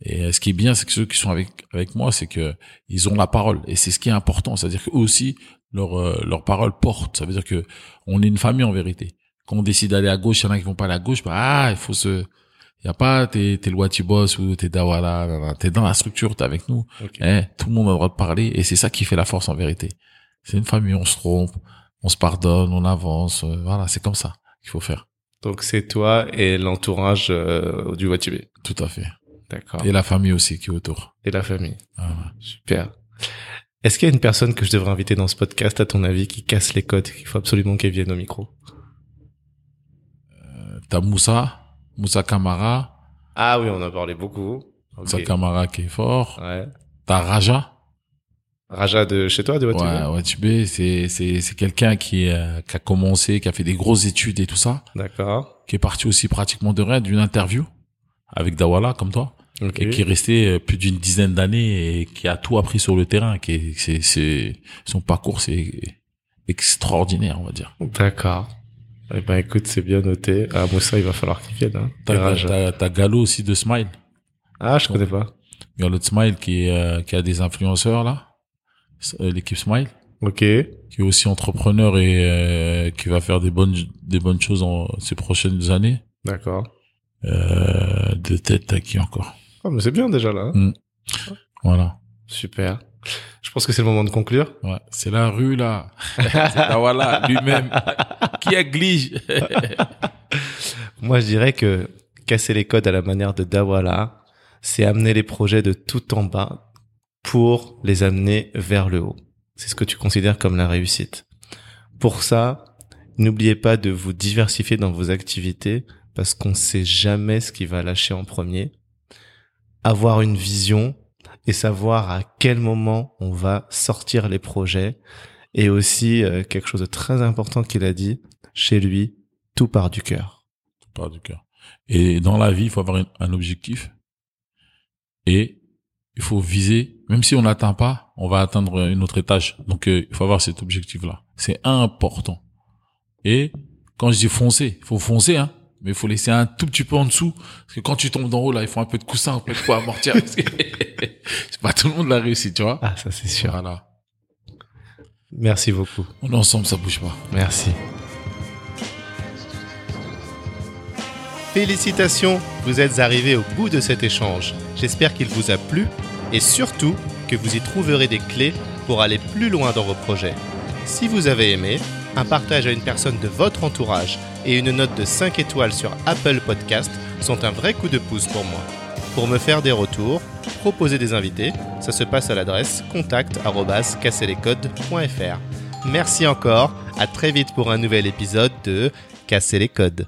[SPEAKER 2] Et euh, ce qui est bien c'est que ceux qui sont avec avec moi c'est que ils ont la parole et c'est ce qui est important c'est à dire qu'eux aussi leur euh, leur parole porte ça veut dire que on est une famille en vérité quand on décide d'aller à gauche il y en a qui vont pas aller à gauche bah ah il faut se il y a pas t'es t'es loi boss ou t'es Dawala nanana. t'es dans la structure t'es avec nous
[SPEAKER 1] *laughs* Ok.
[SPEAKER 2] Eh, tout le monde a le droit de parler et c'est ça qui fait la force en vérité c'est une famille on se trompe on se pardonne on avance euh, voilà c'est comme ça qu'il faut faire
[SPEAKER 1] Donc c'est toi et l'entourage euh, du Watibé.
[SPEAKER 2] tout à fait
[SPEAKER 1] D'accord.
[SPEAKER 2] et la famille aussi qui est autour
[SPEAKER 1] Et la famille.
[SPEAKER 2] Ah ouais.
[SPEAKER 1] Super. Est-ce qu'il y a une personne que je devrais inviter dans ce podcast, à ton avis, qui casse les codes, qu'il faut absolument qu'elle vienne au micro
[SPEAKER 2] Euh, T'as Moussa, Moussa Kamara,
[SPEAKER 1] Ah oui, on en parlait beaucoup.
[SPEAKER 2] Moussa
[SPEAKER 1] Ok.
[SPEAKER 2] Kamara qui est fort.
[SPEAKER 1] Ouais.
[SPEAKER 2] T'as Raja.
[SPEAKER 1] Raja de chez toi, de
[SPEAKER 2] Ouais,
[SPEAKER 1] Watteau
[SPEAKER 2] Watibé, c'est c'est c'est quelqu'un qui euh, qui a commencé, qui a fait des grosses études et tout ça,
[SPEAKER 1] D'accord.
[SPEAKER 2] qui est parti aussi pratiquement de rien d'une interview avec Dawala comme toi
[SPEAKER 1] Ok.
[SPEAKER 2] et qui est resté euh, plus d'une dizaine d'années et qui a tout appris sur le terrain, qui est- c'est c'est son parcours c'est extraordinaire, on va dire.
[SPEAKER 1] D'accord. Eh ben écoute, c'est bien noté. Ah Moussa, il va falloir qu'il vienne. Hein.
[SPEAKER 2] T'as
[SPEAKER 1] Raja.
[SPEAKER 2] t'as- t'as Gallo aussi de Smile.
[SPEAKER 1] Ah, je connais pas.
[SPEAKER 2] Gallo de Smile qui est, euh, qui a des influenceurs là, S- euh, l'équipe Smile.
[SPEAKER 1] Ok.
[SPEAKER 2] qui est aussi entrepreneur et euh, qui va faire des bonnes des bonnes choses en ces prochaines années.
[SPEAKER 1] D'accord.
[SPEAKER 2] Euh, de tête à qui encore
[SPEAKER 1] Oh, mais c'est bien déjà là. hein.
[SPEAKER 2] Voilà.
[SPEAKER 1] Super. Je pense que c'est le moment de conclure.
[SPEAKER 2] Ouais, c'est la rue là. *laughs* C'est la voilà lui-même qui aglige.
[SPEAKER 1] Moi, je dirais que casser les codes à la manière de Dawala, c'est amener les projets de tout en bas pour les amener vers le haut. C'est ce que tu considères comme la réussite. Pour ça, n'oubliez pas de vous diversifier dans vos activités parce qu'on ne sait jamais ce qui va lâcher en premier. Avoir une vision et savoir à quel moment on va sortir les projets. Et aussi, euh, quelque chose de très important qu'il a dit, chez lui, tout part du cœur.
[SPEAKER 2] Pas du cœur. Et dans la vie, il faut avoir une- un objectif et il faut viser. Même si on n'atteint pas, on va atteindre une autre étage. Donc euh, il faut avoir cet objectif là. C'est important. Et quand je dis foncer, il faut foncer, hein. Mais il faut laisser un tout petit peu en dessous. Parce que quand tu tombes d'en haut, là, il faut un peu de coussin, un peu de quoi amortir. *laughs* parce que c'est pas tout le monde la réussit, tu vois.
[SPEAKER 1] Ah, ça c'est sûr.
[SPEAKER 2] Voilà.
[SPEAKER 1] Merci beaucoup.
[SPEAKER 2] On est ensemble, ça bouge pas.
[SPEAKER 1] Merci. Félicitations, vous êtes arrivés au bout de cet échange. J'espère qu'il vous a plu et surtout que vous y trouverez des clés pour aller plus loin dans vos projets. Si vous avez aimé, un partage à une personne de votre entourage et une note de 5 étoiles sur Apple Podcast sont un vrai coup de pouce pour moi. Pour me faire des retours, proposer des invités, ça se passe à l'adresse contact@casserlescodes.fr. Merci encore, à très vite pour un nouvel épisode de Casser les codes.